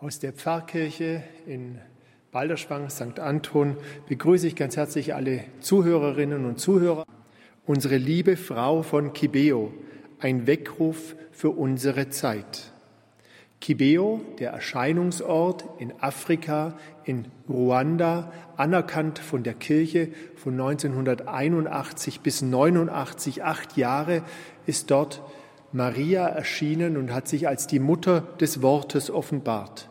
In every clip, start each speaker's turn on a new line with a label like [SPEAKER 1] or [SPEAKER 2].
[SPEAKER 1] aus der Pfarrkirche in Balderschwang, St. Anton, begrüße ich ganz herzlich alle Zuhörerinnen und Zuhörer. Unsere liebe Frau von Kibeo, ein Weckruf für unsere Zeit. Kibeo, der Erscheinungsort in Afrika, in Ruanda, anerkannt von der Kirche von 1981 bis 89, acht Jahre, ist dort Maria erschienen und hat sich als die Mutter des Wortes offenbart.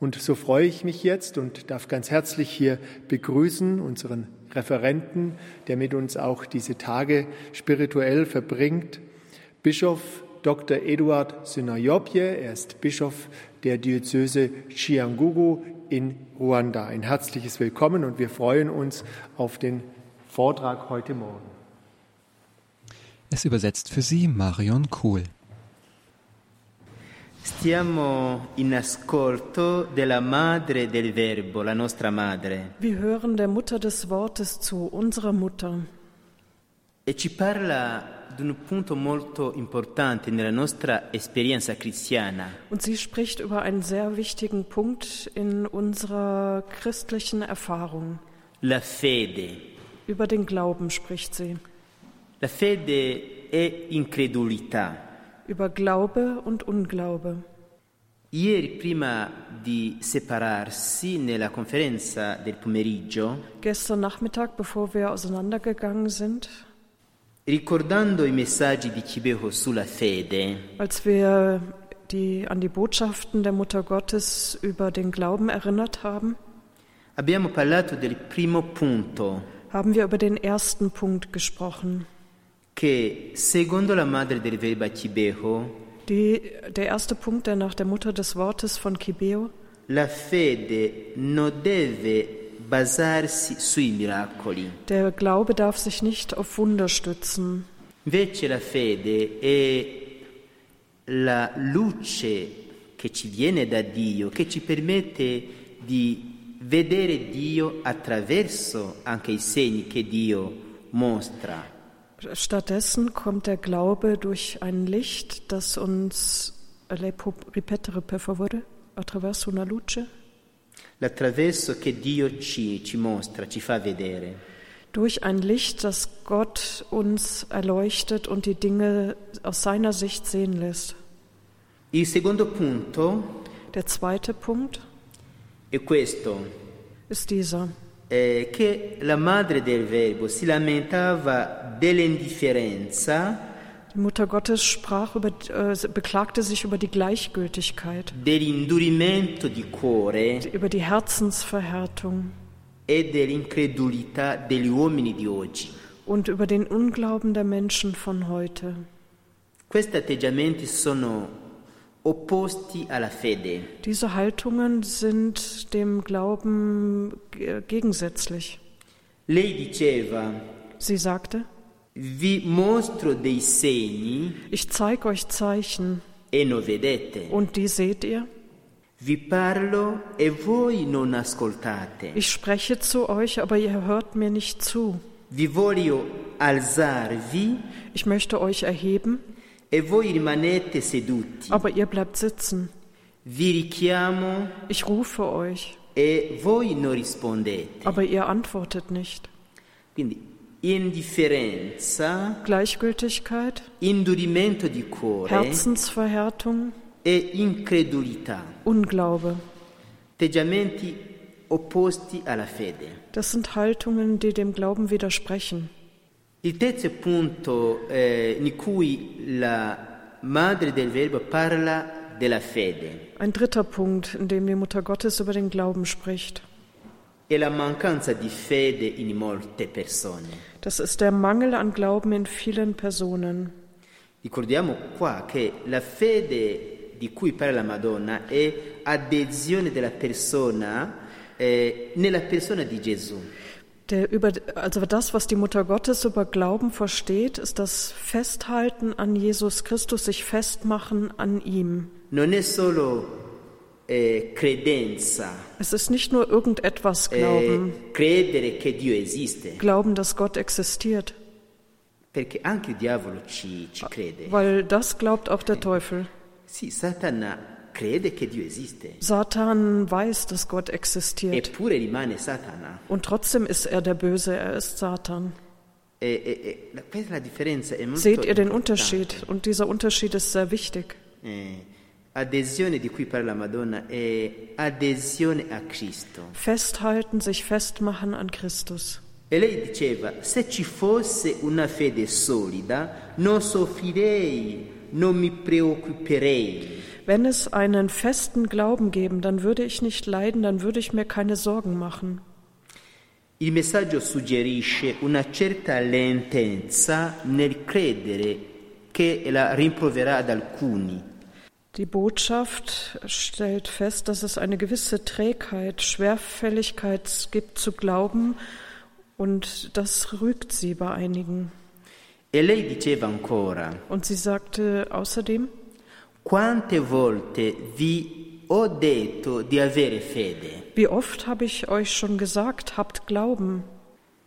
[SPEAKER 1] Und so freue ich mich jetzt und darf ganz herzlich hier begrüßen unseren Referenten, der mit uns auch diese Tage spirituell verbringt, Bischof Dr. Eduard Synayopje. Er ist Bischof der Diözese Chiangugu in Ruanda. Ein herzliches Willkommen und wir freuen uns auf den Vortrag heute Morgen.
[SPEAKER 2] Es übersetzt für Sie Marion Kuhl.
[SPEAKER 3] Stiamo in ascolto della madre del verbo, la nostra madre,
[SPEAKER 4] Wir hören der Mutter des Wortes zu, unserer Mutter.
[SPEAKER 3] e ci parla di un punto molto importante nella nostra esperienza cristiana,
[SPEAKER 4] Und sie spricht über einen sehr wichtigen Punkt in unserer christlichen Erfahrung.
[SPEAKER 3] la fede.
[SPEAKER 4] Über den Glauben spricht sie,
[SPEAKER 3] La fede è incredulità.
[SPEAKER 4] über Glaube und Unglaube.
[SPEAKER 3] Ieri, prima di separarsi nella conferenza del pomeriggio,
[SPEAKER 4] Gestern Nachmittag, bevor wir auseinandergegangen sind,
[SPEAKER 3] ricordando i messaggi di Cibeo sulla fede,
[SPEAKER 4] als wir die, an die Botschaften der Mutter Gottes über den Glauben erinnert haben,
[SPEAKER 3] abbiamo parlato del primo punto
[SPEAKER 4] haben wir über den ersten Punkt gesprochen.
[SPEAKER 3] che secondo la madre del verbo Cibeho
[SPEAKER 4] Die, der erste Punkt, der nach der Mutter des Wortes von Kibeo
[SPEAKER 3] la fede non deve basarsi sui miracoli,
[SPEAKER 4] Der Glaube darf sich nicht auf Wunder stützen.
[SPEAKER 3] invece la fede è la luce che ci viene da Dio, che ci permette di vedere Dio attraverso anche i segni che Dio mostra.
[SPEAKER 4] Stattdessen kommt der Glaube durch ein Licht, das uns lei può ripetere per favore attraverso una luce
[SPEAKER 3] L'attraverso che Dio ci, ci mostra, ci fa vedere.
[SPEAKER 4] durch ein Licht, das Gott uns erleuchtet und die Dinge aus seiner Sicht sehen lässt.
[SPEAKER 3] Il secondo punto
[SPEAKER 4] Der zweite Punkt
[SPEAKER 3] è questo.
[SPEAKER 4] ist dieser.
[SPEAKER 3] eh, che la madre del verbo si lamentava dell'indifferenza,
[SPEAKER 4] Die Mutter Gottes sprach über, äh, beklagte sich über die Gleichgültigkeit,
[SPEAKER 3] dell'indurimento di cuore
[SPEAKER 4] über die Herzensverhärtung
[SPEAKER 3] e dell'incredulità degli uomini di oggi.
[SPEAKER 4] und über den Unglauben der Menschen von heute.
[SPEAKER 3] Questi atteggiamenti sono opposti alla fede.
[SPEAKER 4] Diese Haltungen sind dem Glauben äh, gegensätzlich.
[SPEAKER 3] Lei diceva,
[SPEAKER 4] Sie sagte,
[SPEAKER 3] vi mostro dei segni
[SPEAKER 4] ich zeige euch Zeichen
[SPEAKER 3] e non vedete,
[SPEAKER 4] und die seht ihr.
[SPEAKER 3] vi parlo e voi non ascoltate,
[SPEAKER 4] Ich spreche zu euch, aber ihr hört mir nicht zu.
[SPEAKER 3] vi voglio alzarvi
[SPEAKER 4] Ich möchte euch erheben,
[SPEAKER 3] e voi rimanete seduti.
[SPEAKER 4] aber ihr bleibt sitzen.
[SPEAKER 3] Vi richiamo
[SPEAKER 4] Ich rufe euch,
[SPEAKER 3] e voi non rispondete.
[SPEAKER 4] aber ihr antwortet nicht.
[SPEAKER 3] Quindi indifferenza,
[SPEAKER 4] Gleichgültigkeit,
[SPEAKER 3] indurimento di cuore
[SPEAKER 4] Herzensverhärtung,
[SPEAKER 3] e incredulità,
[SPEAKER 4] Unglaube.
[SPEAKER 3] atteggiamenti opposti alla fede.
[SPEAKER 4] Das sind Haltungen, die dem Glauben widersprechen.
[SPEAKER 3] Il terzo punto eh, in cui la madre del verbo parla della fede
[SPEAKER 4] Ein dritter Punkt, in dem die Mutter Gottes über den Glauben spricht.
[SPEAKER 3] è la mancanza di fede in molte persone.
[SPEAKER 4] Das ist der Mangel an Glauben in vielen Personen.
[SPEAKER 3] Ricordiamo qua che la fede di cui parla la Madonna è adesione della persona eh, nella persona di Gesù.
[SPEAKER 4] Der über, also das, was die Mutter Gottes über Glauben versteht, ist das Festhalten an Jesus Christus, sich festmachen an ihm.
[SPEAKER 3] Non è solo eh, credenza,
[SPEAKER 4] Es ist nicht nur irgendetwas
[SPEAKER 3] eh,
[SPEAKER 4] Glauben,
[SPEAKER 3] credere che Dio esiste,
[SPEAKER 4] Glauben, dass Gott existiert,
[SPEAKER 3] perché anche il diavolo ci, ci crede.
[SPEAKER 4] weil das glaubt auch der Teufel.
[SPEAKER 3] Sì, Satana crede che Dio esiste,
[SPEAKER 4] Satan weiß, dass Gott existiert.
[SPEAKER 3] eppure rimane Satana.
[SPEAKER 4] Und trotzdem ist er der Böse, er ist Satan.
[SPEAKER 3] E, e- e la- questa è la differenza. È molto
[SPEAKER 4] Seht ihr den
[SPEAKER 3] importante.
[SPEAKER 4] Unterschied? Und dieser Unterschied ist sehr wichtig.
[SPEAKER 3] Eh, adesione di cui parla Madonna è adesione a Cristo.
[SPEAKER 4] Festhalten, sich festmachen an Christus.
[SPEAKER 3] E lei diceva, se ci fosse una fede solida, non soffrirei, non mi preoccuperei.
[SPEAKER 4] Wenn es einen festen Glauben geben, dann würde ich nicht leiden, dann würde ich mir keine Sorgen machen.
[SPEAKER 3] Il messaggio suggerisce una certa lentezza nel credere che la rimproverà ad alcuni.
[SPEAKER 4] Die Botschaft stellt fest, dass es eine gewisse Trägheit, Schwerfälligkeit gibt zu glauben und das rügt sie bei einigen.
[SPEAKER 3] E lei diceva ancora,
[SPEAKER 4] Und sie sagte außerdem,
[SPEAKER 3] quante volte vi ho detto di avere fede?
[SPEAKER 4] wie oft habe ich euch schon gesagt, habt Glauben.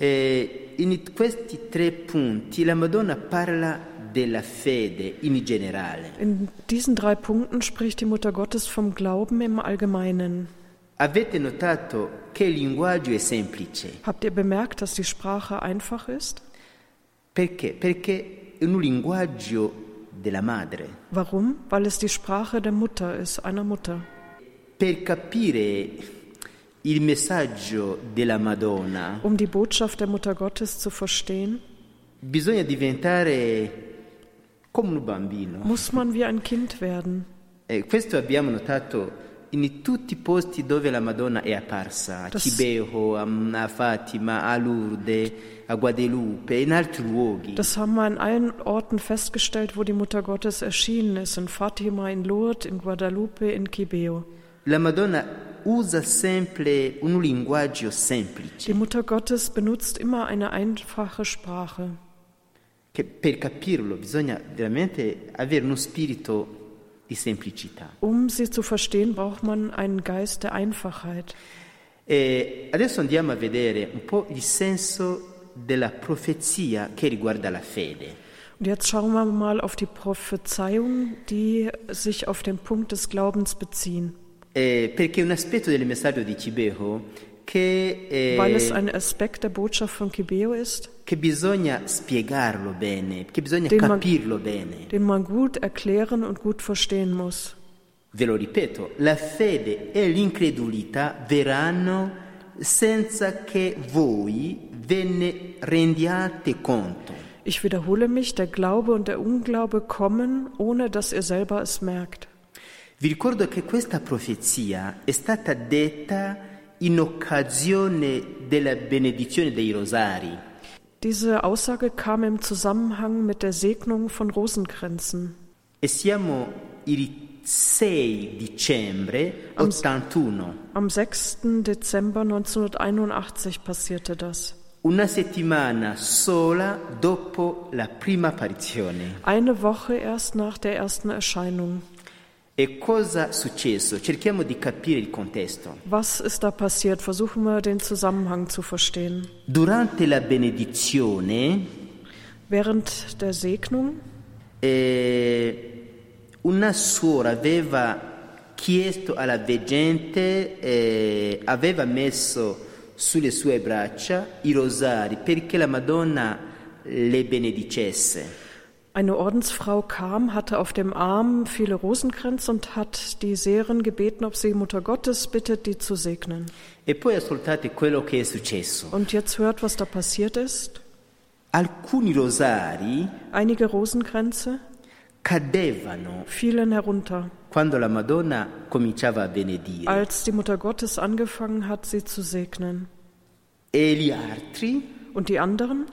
[SPEAKER 3] Eh, in questi tre punti la Madonna parla della fede in generale.
[SPEAKER 4] In diesen drei Punkten spricht die Mutter Gottes vom Glauben im Allgemeinen.
[SPEAKER 3] Avete notato che il linguaggio è semplice?
[SPEAKER 4] Habt ihr bemerkt, dass die Sprache einfach ist?
[SPEAKER 3] Perché? Perché è un linguaggio della madre.
[SPEAKER 4] Warum? Weil es die Sprache der Mutter ist, einer Mutter.
[SPEAKER 3] Per capire il messaggio della Madonna
[SPEAKER 4] Um die Botschaft der Mutter Gottes zu verstehen,
[SPEAKER 3] bisogna diventare come un bambino.
[SPEAKER 4] muss man wie ein Kind werden.
[SPEAKER 3] Eh, questo abbiamo notato in tutti i posti dove la Madonna è apparsa, a
[SPEAKER 4] Das-
[SPEAKER 3] Cibeo, a, mm, a Fatima, a Lourdes, a Guadalupe, in altri luoghi.
[SPEAKER 4] Das haben wir an allen Orten festgestellt, wo die Mutter Gottes erschienen ist, in Fatima, in Lourdes, in Guadalupe, in Kibeo.
[SPEAKER 3] La Madonna usa sempre un linguaggio semplice
[SPEAKER 4] Die Mutter Gottes benutzt immer eine einfache Sprache.
[SPEAKER 3] che per capirlo bisogna veramente avere uno spirito di semplicità.
[SPEAKER 4] Um sie zu verstehen, braucht man einen Geist der Einfachheit.
[SPEAKER 3] E adesso andiamo a vedere un po' il senso della profezia che riguarda la fede.
[SPEAKER 4] Und jetzt schauen wir mal auf die Prophezeiungen, die sich auf den Punkt des Glaubens beziehen,
[SPEAKER 3] Eh, perché un aspetto del messaggio di Cibeo che, eh,
[SPEAKER 4] weil es ein Aspekt der Botschaft von Kibeo ist,
[SPEAKER 3] che bisogna spiegarlo bene, che bisogna
[SPEAKER 4] Del man-
[SPEAKER 3] capirlo bene.
[SPEAKER 4] den man gut erklären und gut verstehen muss.
[SPEAKER 3] Ve lo ripeto, la fede e l'incredulità verranno senza che voi ve ne rendiate conto.
[SPEAKER 4] Ich wiederhole mich, der Glaube und der Unglaube kommen, ohne dass ihr selber es merkt.
[SPEAKER 3] Vi ricordo che questa profezia è stata detta in occasione della benedizione dei rosari.
[SPEAKER 4] Diese Aussage kam im Zusammenhang mit der Segnung von Rosenkränzen.
[SPEAKER 3] E siamo il 6 dicembre 81,
[SPEAKER 4] Am 6. Dezember 1981 passierte das.
[SPEAKER 3] una settimana sola dopo la prima apparizione.
[SPEAKER 4] Eine Woche erst nach der ersten Erscheinung.
[SPEAKER 3] E cosa è successo? Cerchiamo di capire il contesto.
[SPEAKER 4] Was ist da passiert? Versuchen wir den Zusammenhang zu verstehen.
[SPEAKER 3] Durante la benedizione
[SPEAKER 4] Während der Segnung
[SPEAKER 3] eh, una suora aveva chiesto alla veggente, eh, aveva messo sulle sue braccia i rosari perché la Madonna le benedicesse.
[SPEAKER 4] eine Ordensfrau kam, hatte auf dem Arm viele Rosenkränze und hat die Seherin gebeten, ob sie Mutter Gottes bittet, die zu segnen.
[SPEAKER 3] E poi ascoltate quello che è successo.
[SPEAKER 4] Und jetzt hört, was da passiert ist.
[SPEAKER 3] Alcuni rosari
[SPEAKER 4] Einige Rosenkränze
[SPEAKER 3] cadevano
[SPEAKER 4] fielen herunter,
[SPEAKER 3] quando la Madonna cominciava a benedire
[SPEAKER 4] als die Mutter Gottes angefangen hat, sie zu segnen.
[SPEAKER 3] e gli altri
[SPEAKER 4] Und die anderen,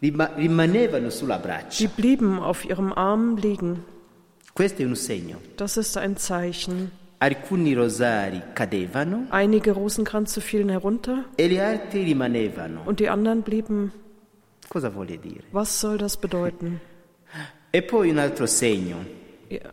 [SPEAKER 3] rima- rimanevano sulla braccia.
[SPEAKER 4] die blieben auf ihrem Arm liegen.
[SPEAKER 3] Questo è un segno.
[SPEAKER 4] Das ist ein Zeichen.
[SPEAKER 3] Alcuni rosari cadevano
[SPEAKER 4] Einige Rosenkranze fielen herunter
[SPEAKER 3] e gli altri rimanevano.
[SPEAKER 4] und die anderen blieben.
[SPEAKER 3] Cosa vuole dire?
[SPEAKER 4] Was soll das bedeuten?
[SPEAKER 3] E poi un altro segno.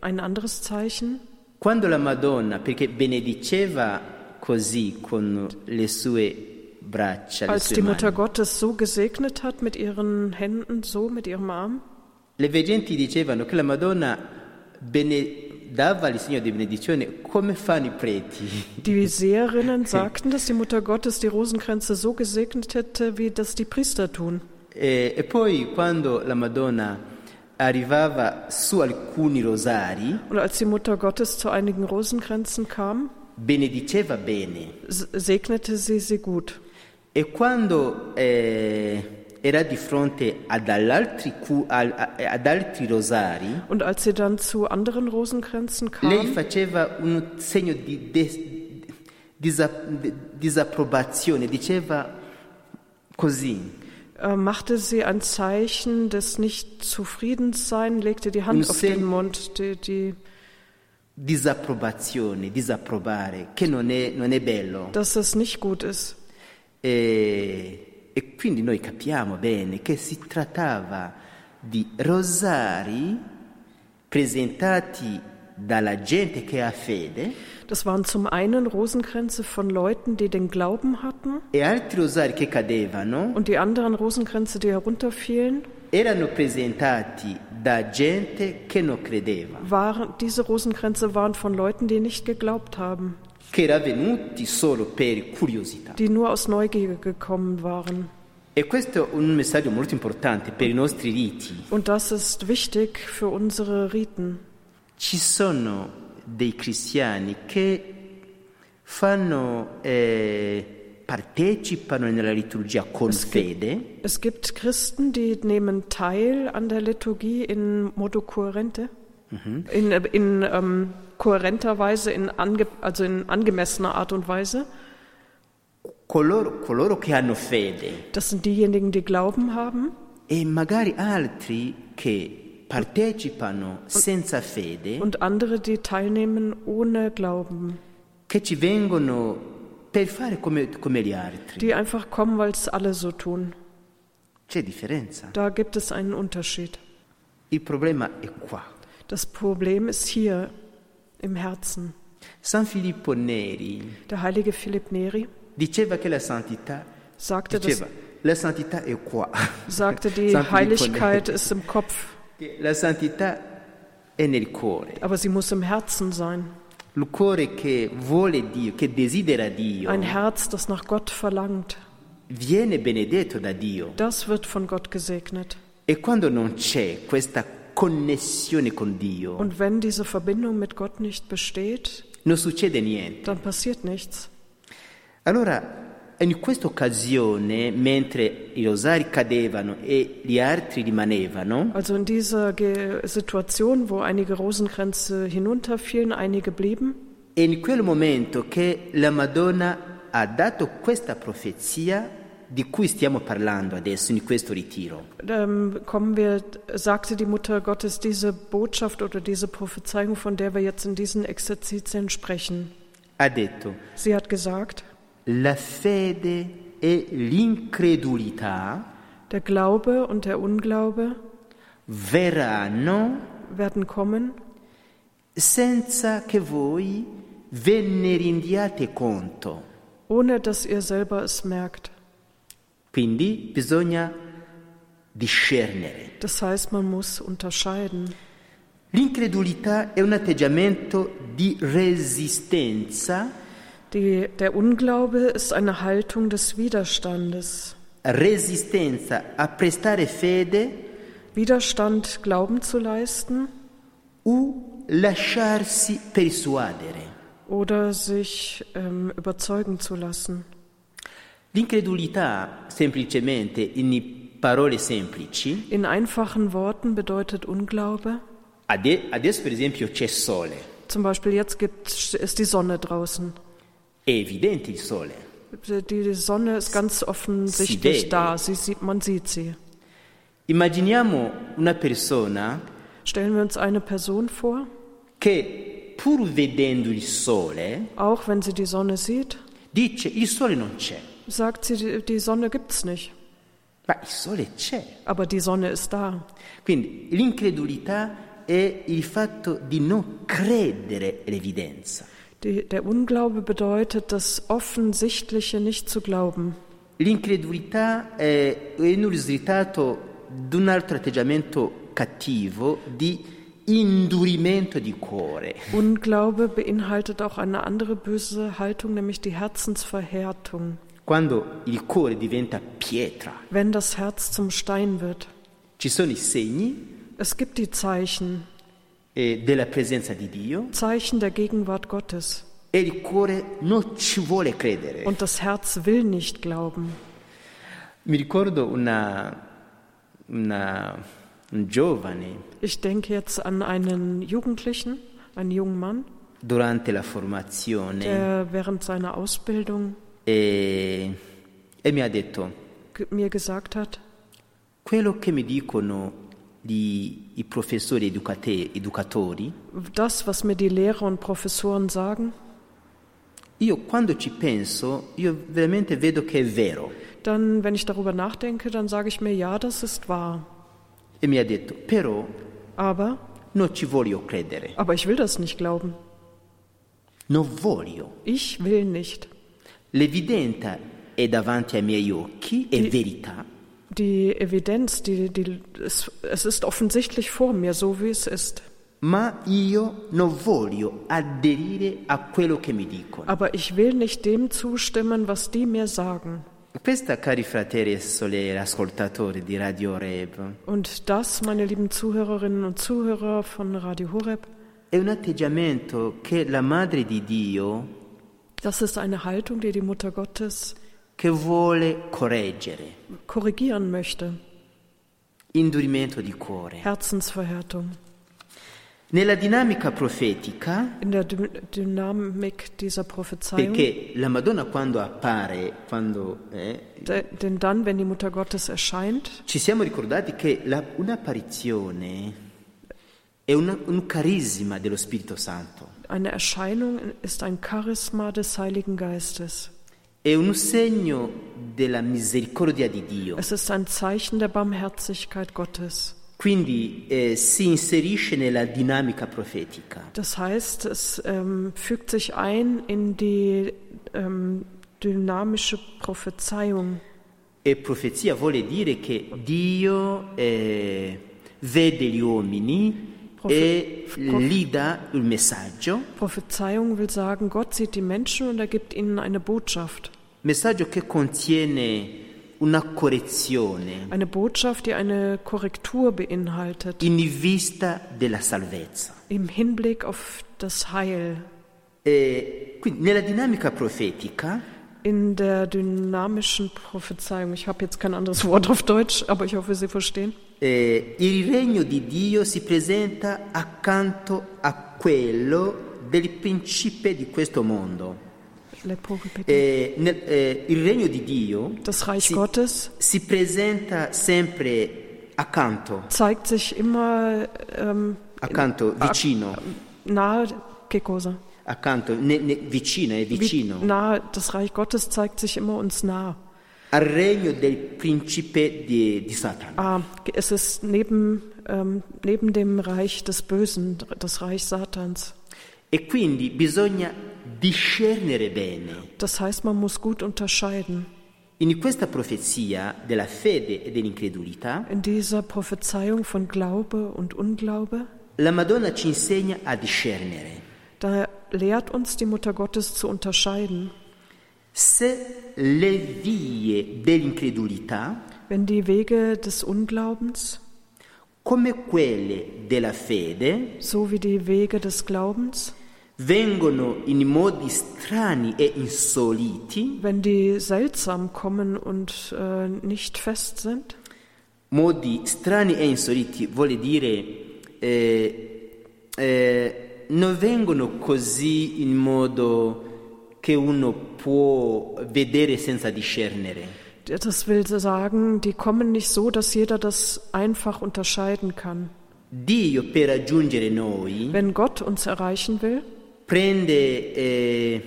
[SPEAKER 4] Ein anderes Zeichen.
[SPEAKER 3] Quando la Madonna, perché benediceva così con le sue braccia, le
[SPEAKER 4] Als die
[SPEAKER 3] sue
[SPEAKER 4] Mutter
[SPEAKER 3] mani,
[SPEAKER 4] Gottes so gesegnet hat mit ihren Händen, so mit ihrem Arm,
[SPEAKER 3] Le veggenti dicevano che la Madonna bene- dava il segno di benedizione come fanno i preti.
[SPEAKER 4] Die Seherinnen sagten, dass die Mutter Gottes die Rosenkränze so gesegnet hätte, wie das die Priester tun.
[SPEAKER 3] E, e poi quando la Madonna arrivava su alcuni rosari,
[SPEAKER 4] Und als die Mutter Gottes zu einigen Rosenkränzen kam,
[SPEAKER 3] benediceva bene.
[SPEAKER 4] s- segnete sie sie gut.
[SPEAKER 3] E quando eh, era di fronte ad altri, cu- al- a- eh, ad altri rosari,
[SPEAKER 4] Und als sie dann zu anderen Rosenkränzen
[SPEAKER 3] lei
[SPEAKER 4] kam,
[SPEAKER 3] faceva un segno di des- disa- de- disapprobazione, diceva così,
[SPEAKER 4] äh, machte sie ein Zeichen des Nichtzufriedenssein, legte die
[SPEAKER 3] Und
[SPEAKER 4] Hand auf
[SPEAKER 3] sie-
[SPEAKER 4] den Mund, die, die,
[SPEAKER 3] disapprobazione, disapprovare, che non è, non è bello.
[SPEAKER 4] dass es nicht gut ist.
[SPEAKER 3] E, e quindi noi capiamo bene che si trattava di rosari presentati dalla gente che ha fede
[SPEAKER 4] Das waren zum einen Rosenkränze von Leuten, die den Glauben hatten,
[SPEAKER 3] e altri rosari che cadevano
[SPEAKER 4] und die anderen Rosenkränze, die herunterfielen,
[SPEAKER 3] erano presentati da gente che non credeva,
[SPEAKER 4] waren, diese Rosenkränze waren von Leuten, die nicht geglaubt haben,
[SPEAKER 3] che era venuti solo per curiosità.
[SPEAKER 4] die nur aus Neugier gekommen waren.
[SPEAKER 3] E questo è un messaggio molto importante per i nostri riti.
[SPEAKER 4] Und das ist wichtig für unsere Riten.
[SPEAKER 3] Ci sono dei cristiani che fanno, eh, partecipano nella liturgia con fede,
[SPEAKER 4] Es gibt Christen, die nehmen teil an der Liturgie in modo coerente, in, äh, in ähm, kohärenter Weise, in ange, also in angemessener Art und Weise.
[SPEAKER 3] coloro, coloro che hanno fede
[SPEAKER 4] Das sind diejenigen, die Glauben haben.
[SPEAKER 3] e magari altri che partecipano senza fede,
[SPEAKER 4] und andere, die teilnehmen ohne Glauben,
[SPEAKER 3] che ci vengono per fare come, come gli altri.
[SPEAKER 4] die einfach kommen, weil es alle so tun.
[SPEAKER 3] C'è differenza.
[SPEAKER 4] Da gibt es einen Unterschied.
[SPEAKER 3] Il problema è qua.
[SPEAKER 4] Das Problem ist hier im Herzen.
[SPEAKER 3] San Filippo Neri
[SPEAKER 4] Der heilige Philipp Neri
[SPEAKER 3] diceva che la santità
[SPEAKER 4] sagte, das,
[SPEAKER 3] Diceva, la santità è qua.
[SPEAKER 4] sagte die
[SPEAKER 3] San Filippo
[SPEAKER 4] Heiligkeit
[SPEAKER 3] Neri.
[SPEAKER 4] ist im Kopf,
[SPEAKER 3] Che La santità è nel cuore.
[SPEAKER 4] aber sie muss im Herzen sein.
[SPEAKER 3] Il cuore che vuole Dio, che desidera Dio,
[SPEAKER 4] Ein Herz, das nach Gott verlangt,
[SPEAKER 3] viene benedetto da Dio.
[SPEAKER 4] das wird von Gott gesegnet.
[SPEAKER 3] E quando non c'è questa connessione con Dio,
[SPEAKER 4] Und wenn diese Verbindung mit Gott nicht besteht,
[SPEAKER 3] non succede niente.
[SPEAKER 4] dann passiert nichts.
[SPEAKER 3] Allora, in questa occasione, mentre i rosari cadevano e gli altri rimanevano,
[SPEAKER 4] Also in dieser Ge Situation, wo einige Rosenkränze hinunterfielen, einige blieben,
[SPEAKER 3] è in quel momento che la Madonna ha dato questa profezia di cui stiamo parlando adesso in questo ritiro.
[SPEAKER 4] ähm, kommen wir, sagte die Mutter Gottes diese Botschaft oder diese Prophezeiung, von der wir jetzt in diesen Exerzitien sprechen.
[SPEAKER 3] Ha detto,
[SPEAKER 4] Sie hat gesagt,
[SPEAKER 3] la fede e l'incredulità
[SPEAKER 4] der Glaube und der Unglaube
[SPEAKER 3] verranno
[SPEAKER 4] werden kommen,
[SPEAKER 3] senza che voi ve ne rendiate conto.
[SPEAKER 4] ohne dass ihr selber es merkt.
[SPEAKER 3] Quindi bisogna discernere.
[SPEAKER 4] Das heißt, man muss unterscheiden.
[SPEAKER 3] L'incredulità è un atteggiamento di resistenza
[SPEAKER 4] Die, der Unglaube ist eine Haltung des Widerstandes.
[SPEAKER 3] resistenza a prestare fede
[SPEAKER 4] Widerstand, Glauben zu leisten
[SPEAKER 3] o lasciarsi persuadere.
[SPEAKER 4] oder sich ähm, überzeugen zu lassen.
[SPEAKER 3] L'incredulità, semplicemente, in parole semplici,
[SPEAKER 4] In einfachen Worten bedeutet Unglaube,
[SPEAKER 3] ade- adesso per esempio c'è sole,
[SPEAKER 4] zum Beispiel jetzt gibt, ist die Sonne draußen.
[SPEAKER 3] è evidente il sole.
[SPEAKER 4] Die die Sonne ist ganz offensichtlich
[SPEAKER 3] vede.
[SPEAKER 4] da, sie sieht, man sieht sie.
[SPEAKER 3] Immaginiamo una persona
[SPEAKER 4] Stellen wir uns eine Person vor,
[SPEAKER 3] che pur vedendo il sole
[SPEAKER 4] auch wenn sie die Sonne sieht,
[SPEAKER 3] dice il sole non c'è,
[SPEAKER 4] sagt sie, die- die Sonne gibt's nicht,
[SPEAKER 3] ma il sole c'è.
[SPEAKER 4] aber die Sonne ist da.
[SPEAKER 3] Quindi l'incredulità è il fatto di non credere l'evidenza.
[SPEAKER 4] Die, der Unglaube bedeutet, das Offensichtliche nicht zu glauben.
[SPEAKER 3] L'incredulità è, è un risultato di un altro atteggiamento cattivo di indurimento di cuore.
[SPEAKER 4] Unglaube beinhaltet auch eine andere böse Haltung, nämlich die Herzensverhärtung.
[SPEAKER 3] Quando il cuore diventa pietra,
[SPEAKER 4] Wenn das Herz zum Stein wird.
[SPEAKER 3] ci sono i segni
[SPEAKER 4] Es gibt die Zeichen,
[SPEAKER 3] eh, della presenza di Dio
[SPEAKER 4] Zeichen der Gegenwart Gottes.
[SPEAKER 3] e il cuore non ci vuole credere.
[SPEAKER 4] Und das Herz will nicht glauben.
[SPEAKER 3] Mi ricordo una, una- un giovane
[SPEAKER 4] Ich denke jetzt an einen Jugendlichen, einen jungen Mann,
[SPEAKER 3] durante la formazione
[SPEAKER 4] der während seiner Ausbildung
[SPEAKER 3] e, e mi ha detto,
[SPEAKER 4] ge- mir gesagt hat,
[SPEAKER 3] quello che mi dicono gli- i professori educate- educatori,
[SPEAKER 4] das, was mir die Lehrer und Professoren sagen,
[SPEAKER 3] io quando ci penso, io veramente vedo che è vero.
[SPEAKER 4] dann, wenn ich darüber nachdenke, dann sage ich mir, ja, das ist wahr.
[SPEAKER 3] E mi ha detto, però
[SPEAKER 4] Aber,
[SPEAKER 3] non ci voglio credere,
[SPEAKER 4] aber ich will das nicht glauben.
[SPEAKER 3] non voglio.
[SPEAKER 4] Ich will nicht.
[SPEAKER 3] L'evidenza è davanti ai miei occhi, è verità,
[SPEAKER 4] Die Evidenz, die, die, es, es ist offensichtlich vor mir, so wie es ist.
[SPEAKER 3] ma io non voglio aderire a quello che mi dicono.
[SPEAKER 4] Aber ich will nicht dem zustimmen, was die mir sagen.
[SPEAKER 3] Questa, cari fratelli e sorelle, ascoltatori di Radio Reb,
[SPEAKER 4] Und das, meine lieben Zuhörerinnen und Zuhörer von Radio Horeb,
[SPEAKER 3] è un atteggiamento che la Madre di Dio
[SPEAKER 4] das ist eine Haltung, die die Mutter Gottes
[SPEAKER 3] che vuole correggere,
[SPEAKER 4] korrigieren möchte.
[SPEAKER 3] indurimento di cuore.
[SPEAKER 4] Herzensverhärtung.
[SPEAKER 3] Nella dinamica profetica
[SPEAKER 4] In der Dy Dynamik dieser Prophezeiung.
[SPEAKER 3] Perché la Madonna quando appare, quando, eh,
[SPEAKER 4] De, denn dann, wenn die Mutter Gottes erscheint,
[SPEAKER 3] ci siamo ricordati che la- un'apparizione è un, un carisma dello Spirito Santo,
[SPEAKER 4] eine Erscheinung ist ein Charisma des Heiligen Geistes.
[SPEAKER 3] è un segno della misericordia di Dio,
[SPEAKER 4] Es ist ein Zeichen der Barmherzigkeit Gottes.
[SPEAKER 3] quindi eh, si inserisce nella dinamica profetica.
[SPEAKER 4] Das heißt, es ähm, fügt sich ein in die ähm, dynamische Prophezeiung.
[SPEAKER 3] E profezia vuole dire che Dio eh, vede gli uomini
[SPEAKER 4] Profe-
[SPEAKER 3] e
[SPEAKER 4] prof-
[SPEAKER 3] gli dà il messaggio,
[SPEAKER 4] Prophezeiung will sagen, Gott sieht die Menschen und er gibt ihnen eine Botschaft.
[SPEAKER 3] messaggio che contiene una correzione.
[SPEAKER 4] Eine Botschaft, die eine Korrektur beinhaltet
[SPEAKER 3] in vista della salvezza.
[SPEAKER 4] im Hinblick auf das Heil.
[SPEAKER 3] E quindi nella dinamica profetica
[SPEAKER 4] In der dynamischen Prophezeiung, ich habe jetzt kein anderes Wort auf Deutsch, aber ich hoffe, Sie verstehen.
[SPEAKER 3] eh, il regno di Dio si presenta accanto a quello del principe di questo mondo.
[SPEAKER 4] Lepoge, bitte.
[SPEAKER 3] Eh, nel- eh, il regno di Dio
[SPEAKER 4] Das Reich
[SPEAKER 3] si,
[SPEAKER 4] Gottes
[SPEAKER 3] si presenta sempre accanto,
[SPEAKER 4] zeigt sich immer ähm,
[SPEAKER 3] accanto, vicino,
[SPEAKER 4] nahe, che cosa?
[SPEAKER 3] accanto, ne- ne- vicino, è vicino,
[SPEAKER 4] Wie nah, das Reich Gottes zeigt sich immer uns nah.
[SPEAKER 3] al regno del principe di, di Satana.
[SPEAKER 4] Ah, es ist neben, ähm, neben dem Reich des Bösen, das Reich Satans.
[SPEAKER 3] E quindi bisogna discernere bene.
[SPEAKER 4] Das heißt, man muss gut unterscheiden.
[SPEAKER 3] In questa profezia della fede e dell'incredulità,
[SPEAKER 4] In dieser Prophezeiung von Glaube und Unglaube,
[SPEAKER 3] la Madonna ci insegna a discernere
[SPEAKER 4] da lehrt uns die Mutter Gottes zu unterscheiden.
[SPEAKER 3] se le vie dell'incredulità,
[SPEAKER 4] Wenn die Wege des Unglaubens,
[SPEAKER 3] come quelle della fede,
[SPEAKER 4] so wie die Wege des Glaubens,
[SPEAKER 3] vengono in modi strani e insoliti,
[SPEAKER 4] wenn die seltsam kommen und äh, nicht fest sind,
[SPEAKER 3] modi strani e insoliti vuol dire eh, eh, non vengono così in modo che uno può vedere senza discernere.
[SPEAKER 4] Das will sagen, die kommen nicht so, dass jeder das einfach unterscheiden kann.
[SPEAKER 3] Dio per raggiungere noi
[SPEAKER 4] Wenn Gott uns erreichen will,
[SPEAKER 3] prende eh,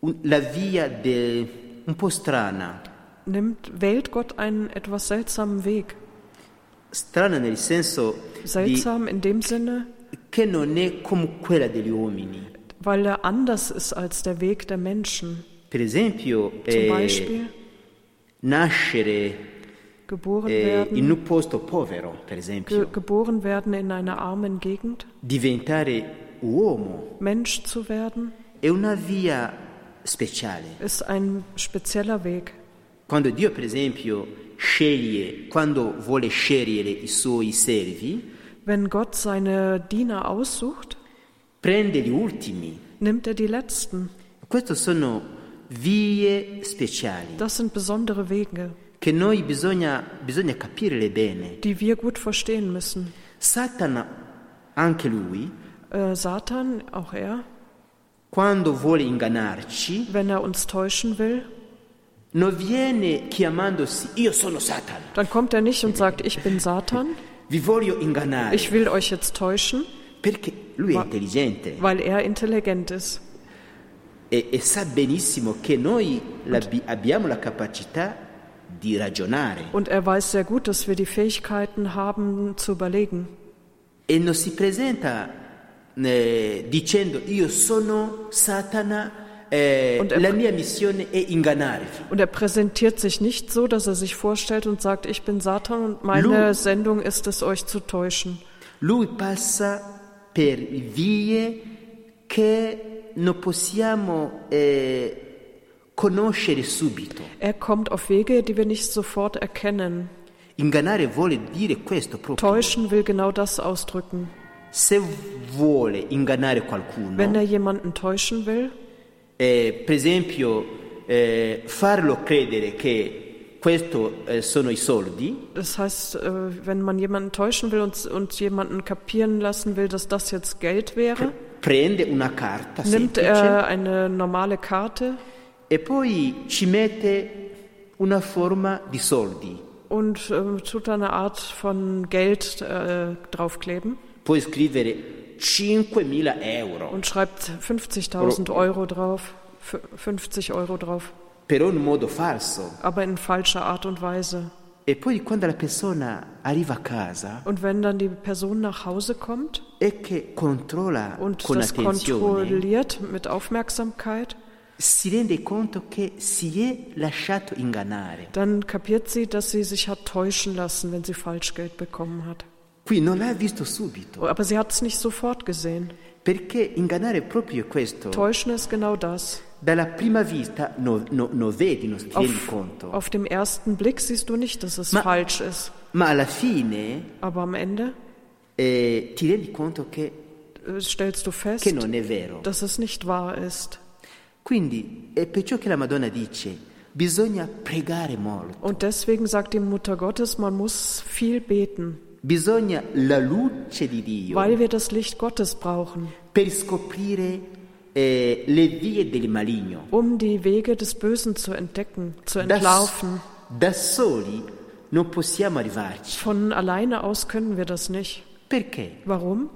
[SPEAKER 3] un- la via de- un po' strana,
[SPEAKER 4] nimmt, wählt Gott einen etwas seltsamen Weg.
[SPEAKER 3] strana nel senso di-
[SPEAKER 4] Seltsam in dem Sinne,
[SPEAKER 3] che non è come quella degli uomini.
[SPEAKER 4] weil er anders ist als der Weg der Menschen.
[SPEAKER 3] Äh,
[SPEAKER 4] Cioè,
[SPEAKER 3] Per esempio,
[SPEAKER 4] Zum
[SPEAKER 3] eh,
[SPEAKER 4] Beispiel
[SPEAKER 3] nascere
[SPEAKER 4] geboren
[SPEAKER 3] eh, in
[SPEAKER 4] werden,
[SPEAKER 3] un posto povero, per
[SPEAKER 4] ge
[SPEAKER 3] esempio,
[SPEAKER 4] geboren werden in einer armen Gegend,
[SPEAKER 3] diventare uomo
[SPEAKER 4] Mensch zu werden,
[SPEAKER 3] è una via speciale.
[SPEAKER 4] ist ein spezieller Weg.
[SPEAKER 3] Quando Dio, per esempio, sceglie, quando vuole scegliere i suoi servi,
[SPEAKER 4] Wenn Gott seine Diener aussucht,
[SPEAKER 3] prende gli ultimi.
[SPEAKER 4] nimmt er die Letzten.
[SPEAKER 3] Queste sono vie speciali
[SPEAKER 4] Das sind besondere Wege,
[SPEAKER 3] che noi bisogna, bisogna capirle bene.
[SPEAKER 4] die wir gut verstehen müssen.
[SPEAKER 3] Satana, anche lui,
[SPEAKER 4] Äh, Satan, auch er,
[SPEAKER 3] quando vuole ingannarci,
[SPEAKER 4] wenn er uns täuschen will,
[SPEAKER 3] non viene chiamandosi io sono Satana,
[SPEAKER 4] dann kommt er nicht und sagt, ich bin Satan,
[SPEAKER 3] vi voglio ingannare,
[SPEAKER 4] ich will euch jetzt täuschen,
[SPEAKER 3] perché lui è intelligente
[SPEAKER 4] weil er intelligent ist.
[SPEAKER 3] e, e sa benissimo che noi la- abbiamo la capacità di ragionare
[SPEAKER 4] Und er weiß sehr gut, dass wir die Fähigkeiten haben, zu überlegen.
[SPEAKER 3] e non si presenta eh, dicendo io sono Satana, eh,
[SPEAKER 4] Und è-
[SPEAKER 3] la mia missione è ingannarvi.
[SPEAKER 4] Und er präsentiert sich nicht so, dass er sich vorstellt und sagt, ich bin Satan und meine
[SPEAKER 3] Lu-
[SPEAKER 4] Sendung ist es, euch zu täuschen.
[SPEAKER 3] Lui passa per vie che non possiamo eh, conoscere subito.
[SPEAKER 4] Er kommt auf Wege, die wir nicht sofort erkennen.
[SPEAKER 3] Ingannare vuole dire questo proprio.
[SPEAKER 4] Täuschen will genau das ausdrücken.
[SPEAKER 3] Se vuole ingannare
[SPEAKER 4] Wenn
[SPEAKER 3] qualcuno,
[SPEAKER 4] er jemanden täuschen will,
[SPEAKER 3] eh, per esempio eh, farlo credere che questo eh, sono i soldi,
[SPEAKER 4] das heißt, äh, wenn man jemanden täuschen will und, und jemanden kapieren lassen will, dass das jetzt Geld wäre,
[SPEAKER 3] Genau. prende una carta
[SPEAKER 4] nimmt
[SPEAKER 3] semplice
[SPEAKER 4] er eine normale Karte
[SPEAKER 3] e poi ci mette una forma di soldi.
[SPEAKER 4] und äh, tut da eine Art von Geld äh, draufkleben
[SPEAKER 3] Puoi scrivere 5.000 euro.
[SPEAKER 4] und schreibt 50.000 Euro drauf, f- 50 Euro drauf,
[SPEAKER 3] però in modo falso.
[SPEAKER 4] aber in falscher Art und Weise.
[SPEAKER 3] E poi quando la persona arriva a casa
[SPEAKER 4] Und wenn dann die Person nach Hause kommt,
[SPEAKER 3] e che controlla
[SPEAKER 4] und
[SPEAKER 3] con
[SPEAKER 4] das
[SPEAKER 3] attenzione,
[SPEAKER 4] kontrolliert mit Aufmerksamkeit,
[SPEAKER 3] si rende conto che si è lasciato ingannare.
[SPEAKER 4] dann kapiert sie, dass sie sich hat täuschen lassen, wenn sie Falschgeld bekommen hat.
[SPEAKER 3] Qui non l'ha visto subito,
[SPEAKER 4] Aber sie hat es nicht sofort gesehen.
[SPEAKER 3] perché ingannare è proprio questo.
[SPEAKER 4] Täuschen ist genau das.
[SPEAKER 3] Dalla prima vista non vedi, non ti rendi
[SPEAKER 4] Auf,
[SPEAKER 3] conto,
[SPEAKER 4] auf dem ersten Blick siehst du nicht, dass es
[SPEAKER 3] Ma-
[SPEAKER 4] falsch ist.
[SPEAKER 3] ma alla fine
[SPEAKER 4] Aber am Ende
[SPEAKER 3] eh, ti rendi conto che,
[SPEAKER 4] äh, stellst du fest,
[SPEAKER 3] che non è vero.
[SPEAKER 4] dass es nicht wahr ist.
[SPEAKER 3] Quindi è perciò che la Madonna dice, bisogna pregare molto.
[SPEAKER 4] Und deswegen sagt die Mutter Gottes, man muss viel beten,
[SPEAKER 3] Bisogna la luce di Dio
[SPEAKER 4] weil wir das Licht Gottes brauchen,
[SPEAKER 3] per scoprire eh, le vie del maligno.
[SPEAKER 4] um die Wege des Bösen zu entdecken, zu
[SPEAKER 3] Da,
[SPEAKER 4] entlarven.
[SPEAKER 3] da soli non possiamo arrivarci.
[SPEAKER 4] Von alleine aus können wir das nicht.
[SPEAKER 3] Perché?
[SPEAKER 4] Warum?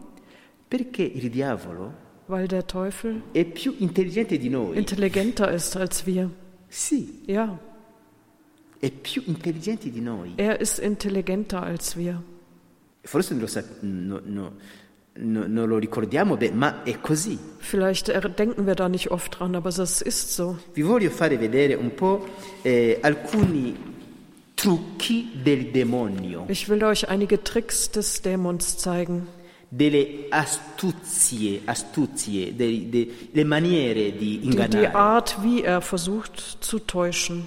[SPEAKER 3] Perché il diavolo
[SPEAKER 4] Weil der Teufel
[SPEAKER 3] è più intelligente di noi.
[SPEAKER 4] intelligenter ist als wir.
[SPEAKER 3] Sì,
[SPEAKER 4] Ja,
[SPEAKER 3] è più intelligente di noi.
[SPEAKER 4] er ist intelligenter als wir.
[SPEAKER 3] Forse non lo, sap- no- no- no- non lo ricordiamo bene, ma è così.
[SPEAKER 4] Vielleicht er- denken wir da nicht oft dran, aber das ist so.
[SPEAKER 3] Vi voglio fare vedere un po' eh, alcuni trucchi del demonio,
[SPEAKER 4] Ich will euch einige Tricks des Dämons zeigen.
[SPEAKER 3] delle astuzie, astuzie, dei- dei- le maniere di
[SPEAKER 4] Die, die
[SPEAKER 3] ingannare.
[SPEAKER 4] Art, wie er versucht zu täuschen.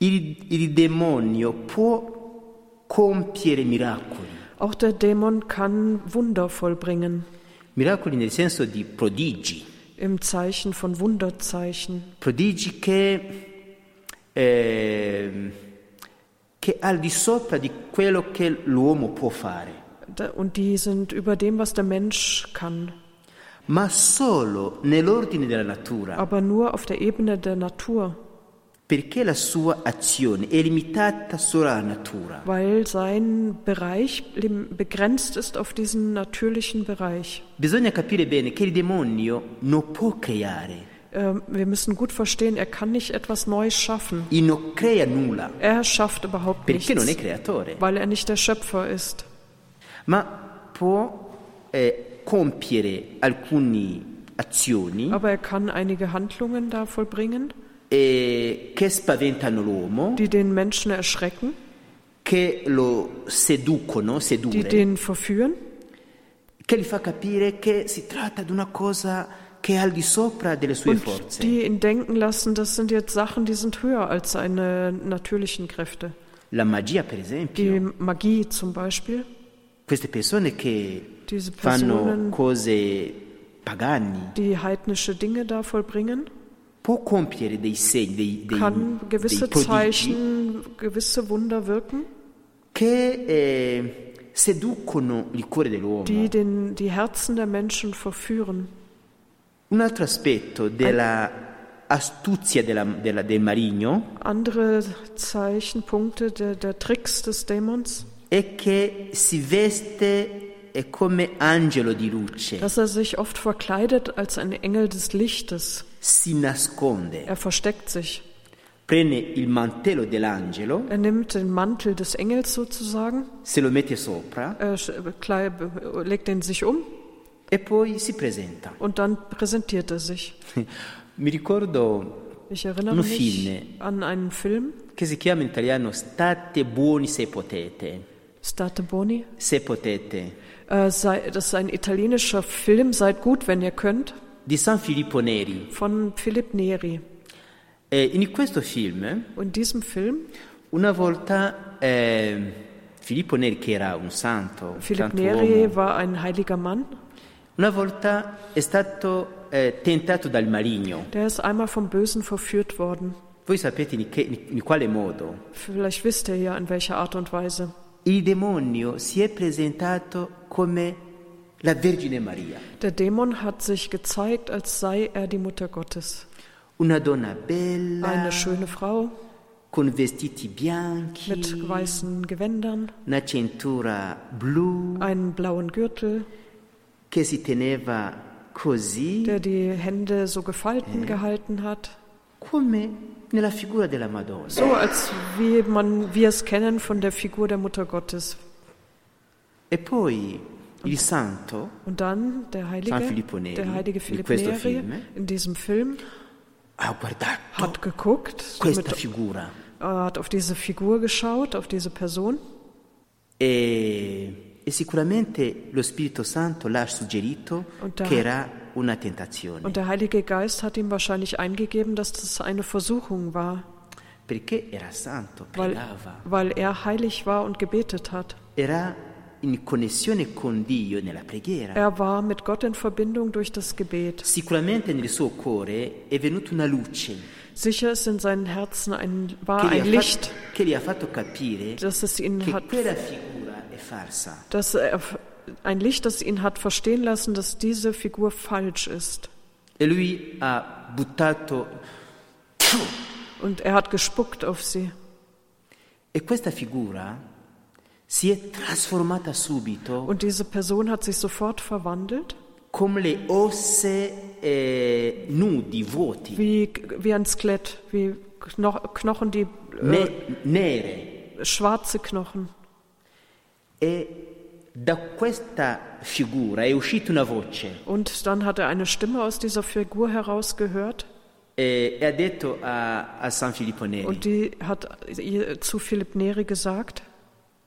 [SPEAKER 3] Il, il demonio può compiere miracoli,
[SPEAKER 4] Auch der Dämon kann Wunder vollbringen,
[SPEAKER 3] miracoli nel senso di prodigi,
[SPEAKER 4] im Zeichen von Wunderzeichen.
[SPEAKER 3] prodigi che, ehm, che al di sopra di quello che l'uomo può fare,
[SPEAKER 4] Da- Und die sind über dem, was der Mensch kann,
[SPEAKER 3] ma solo nell'ordine della natura,
[SPEAKER 4] aber nur auf der Ebene der Natur.
[SPEAKER 3] perché la sua azione è limitata solo alla natura.
[SPEAKER 4] weil sein Bereich lim- begrenzt ist auf diesen natürlichen Bereich.
[SPEAKER 3] Bisogna capire bene che il demonio non può creare,
[SPEAKER 4] Ähm, Wir müssen gut verstehen, er kann nicht etwas Neues schaffen.
[SPEAKER 3] e non crea nulla,
[SPEAKER 4] Er schafft überhaupt
[SPEAKER 3] perché non è
[SPEAKER 4] nichts,
[SPEAKER 3] creatore.
[SPEAKER 4] weil er nicht der Schöpfer ist.
[SPEAKER 3] ma può eh, compiere alcune azioni Hm?
[SPEAKER 4] Ah. Aber er kann einige Handlungen da vollbringen,
[SPEAKER 3] eh, che spaventano l'uomo,
[SPEAKER 4] die den Menschen erschrecken,
[SPEAKER 3] che lo seducono,
[SPEAKER 4] die
[SPEAKER 3] sedurre,
[SPEAKER 4] den verführen,
[SPEAKER 3] che gli fa capire che si tratta di una cosa che è al di sopra delle sue
[SPEAKER 4] und
[SPEAKER 3] forze.
[SPEAKER 4] die ihn denken lassen, das sind jetzt Sachen, die sind höher als seine natürlichen Kräfte.
[SPEAKER 3] La magia, per
[SPEAKER 4] Die
[SPEAKER 3] esempio,
[SPEAKER 4] Magie zum Beispiel,
[SPEAKER 3] queste persone che
[SPEAKER 4] diese
[SPEAKER 3] fanno
[SPEAKER 4] Personen,
[SPEAKER 3] cose pagane
[SPEAKER 4] die heidnische Dinge da vollbringen,
[SPEAKER 3] può compiere dei segni, dei, dei,
[SPEAKER 4] kann
[SPEAKER 3] dei
[SPEAKER 4] gewisse
[SPEAKER 3] prodigi
[SPEAKER 4] Zeichen, gewisse Wunder wirken,
[SPEAKER 3] che eh, seducono il cuore dell'uomo.
[SPEAKER 4] die den, die Herzen der Menschen verführen.
[SPEAKER 3] Un altro aspetto della astuzia della- della- del marigno
[SPEAKER 4] Andere Zeichenpunkte der, der Tricks des Dämons,
[SPEAKER 3] è che si veste eh, come angelo di luce,
[SPEAKER 4] dass er sich oft verkleidet als ein Engel des Lichtes.
[SPEAKER 3] si nasconde,
[SPEAKER 4] Er versteckt sich.
[SPEAKER 3] prende il mantello dell'angelo,
[SPEAKER 4] Er nimmt den Mantel des Engels sozusagen,
[SPEAKER 3] se lo mette sopra
[SPEAKER 4] er sch- klei- be- legt ihn sich um
[SPEAKER 3] e poi si presenta.
[SPEAKER 4] und dann präsentiert er sich.
[SPEAKER 3] Mi ricordo
[SPEAKER 4] Ich erinnere
[SPEAKER 3] Ein
[SPEAKER 4] mich
[SPEAKER 3] Film.
[SPEAKER 4] an einen Film,
[SPEAKER 3] che si chiama in italiano State buoni se potete.
[SPEAKER 4] State Boni.
[SPEAKER 3] Se potete.
[SPEAKER 4] Äh, sei, das ist ein italienischer Film, seid gut, wenn ihr könnt,
[SPEAKER 3] di San Filippo Neri.
[SPEAKER 4] von Philipp Neri.
[SPEAKER 3] Eh, in questo film,
[SPEAKER 4] Und in diesem Film,
[SPEAKER 3] una volta eh, Filippo Neri, che era un santo, un
[SPEAKER 4] Philipp
[SPEAKER 3] santo
[SPEAKER 4] Neri
[SPEAKER 3] uomo,
[SPEAKER 4] war ein heiliger Mann,
[SPEAKER 3] una volta è stato eh, tentato dal maligno.
[SPEAKER 4] der ist einmal vom Bösen verführt worden.
[SPEAKER 3] Voi sapete in, che- in quale modo?
[SPEAKER 4] Vielleicht wisst ihr ja, in welcher Art und Weise.
[SPEAKER 3] Il demonio si è presentato come la Vergine Maria,
[SPEAKER 4] Der Dämon hat sich gezeigt, als sei er die Mutter Gottes.
[SPEAKER 3] una donna bella,
[SPEAKER 4] Eine schöne Frau
[SPEAKER 3] con vestiti bianchi,
[SPEAKER 4] mit weißen Gewändern,
[SPEAKER 3] una cintura blu,
[SPEAKER 4] einen blauen Gürtel,
[SPEAKER 3] che si teneva così.
[SPEAKER 4] der die Hände so gefalten gehalten hat.
[SPEAKER 3] come nella figura della Madonna.
[SPEAKER 4] So als wie man wir es kennen von der Figur der Mutter Gottes.
[SPEAKER 3] E poi il santo
[SPEAKER 4] Und dann der
[SPEAKER 3] San
[SPEAKER 4] heilige,
[SPEAKER 3] Filippo Neri,
[SPEAKER 4] der heilige
[SPEAKER 3] in
[SPEAKER 4] Philipp
[SPEAKER 3] questo
[SPEAKER 4] Neri
[SPEAKER 3] film, eh?
[SPEAKER 4] in diesem Film
[SPEAKER 3] ha guardato
[SPEAKER 4] hat geguckt,
[SPEAKER 3] ah, questa
[SPEAKER 4] mit,
[SPEAKER 3] figura
[SPEAKER 4] äh, hat auf diese Figur geschaut, auf diese Person.
[SPEAKER 3] e, e sicuramente lo Spirito Santo l'ha suggerito
[SPEAKER 4] Und da-
[SPEAKER 3] che era una tentazione,
[SPEAKER 4] Und der Heilige Geist hat ihm wahrscheinlich eingegeben, dass das eine Versuchung war,
[SPEAKER 3] perché era santo,
[SPEAKER 4] weil,
[SPEAKER 3] pregava,
[SPEAKER 4] weil er heilig war und gebetet hat.
[SPEAKER 3] era in connessione con Dio nella preghiera.
[SPEAKER 4] Er war mit Gott in Verbindung durch das Gebet.
[SPEAKER 3] Sicuramente nel suo cuore è venuta una luce
[SPEAKER 4] Sicher ist in seinem Herzen ein, war
[SPEAKER 3] che
[SPEAKER 4] ein
[SPEAKER 3] gli, ha fatto,
[SPEAKER 4] Licht,
[SPEAKER 3] che gli ha fatto capire
[SPEAKER 4] das es ihn
[SPEAKER 3] che
[SPEAKER 4] hat,
[SPEAKER 3] quella figura è farsa.
[SPEAKER 4] dass er, ein Licht, das ihn hat verstehen lassen, dass diese Figur falsch ist.
[SPEAKER 3] E lui ha buttato
[SPEAKER 4] Und er hat gespuckt auf sie.
[SPEAKER 3] E questa figura si è trasformata subito
[SPEAKER 4] Und diese Person hat sich sofort verwandelt,
[SPEAKER 3] come le osse eh, nudi, vuoti,
[SPEAKER 4] wie, wie ein Skelett, wie Kno Knochen, die äh,
[SPEAKER 3] ne- nere.
[SPEAKER 4] schwarze Knochen.
[SPEAKER 3] E da questa figura è uscita una voce
[SPEAKER 4] Und dann hat er eine Stimme aus dieser Figur herausgehört
[SPEAKER 3] eh, e ha detto a, a San Filippo Neri,
[SPEAKER 4] und die hat ihr zu Philipp Neri gesagt,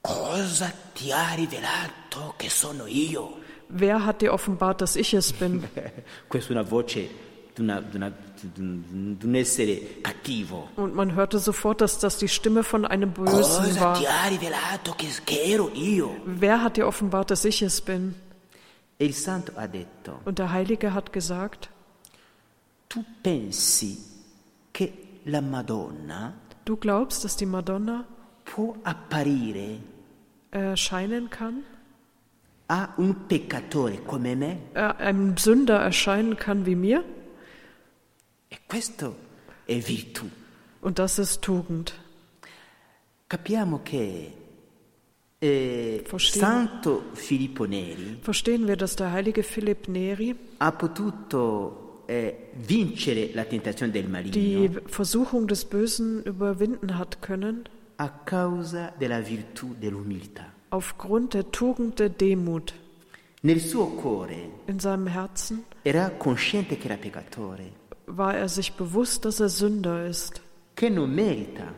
[SPEAKER 3] cosa ti ha rivelato che sono io?
[SPEAKER 4] wer hat dir offenbart, dass ich es bin?
[SPEAKER 3] Questa è una voce di una- di una- di un di un essere cattivo.
[SPEAKER 4] Und man hörte sofort, dass das die Stimme von einem Bösen
[SPEAKER 3] Cosa
[SPEAKER 4] war.
[SPEAKER 3] ti ha rivelato che- che ero io?
[SPEAKER 4] Wer hat dir offenbart, dass ich es bin?
[SPEAKER 3] E il santo ha detto,
[SPEAKER 4] Und der Heilige hat gesagt,
[SPEAKER 3] tu pensi che la Madonna
[SPEAKER 4] du glaubst, dass die Madonna
[SPEAKER 3] può apparire
[SPEAKER 4] erscheinen kann,
[SPEAKER 3] a un peccatore come me?
[SPEAKER 4] äh, einem Sünder erscheinen kann wie mir?
[SPEAKER 3] E questo è virtù.
[SPEAKER 4] Und das ist Tugend.
[SPEAKER 3] Capiamo che eh,
[SPEAKER 4] Forse-
[SPEAKER 3] Santo Filippo Neri
[SPEAKER 4] Verstehen wir, dass der heilige Philipp Neri
[SPEAKER 3] ha potuto eh, vincere la tentazione del
[SPEAKER 4] die
[SPEAKER 3] maligno
[SPEAKER 4] Versuchung des Bösen überwinden hat können,
[SPEAKER 3] a causa della virtù dell'umiltà.
[SPEAKER 4] aufgrund der Tugend der Demut.
[SPEAKER 3] Nel suo cuore
[SPEAKER 4] In seinem Herzen
[SPEAKER 3] era cosciente che era peccatore,
[SPEAKER 4] war er sich bewusst, dass er Sünder ist,
[SPEAKER 3] che non merita,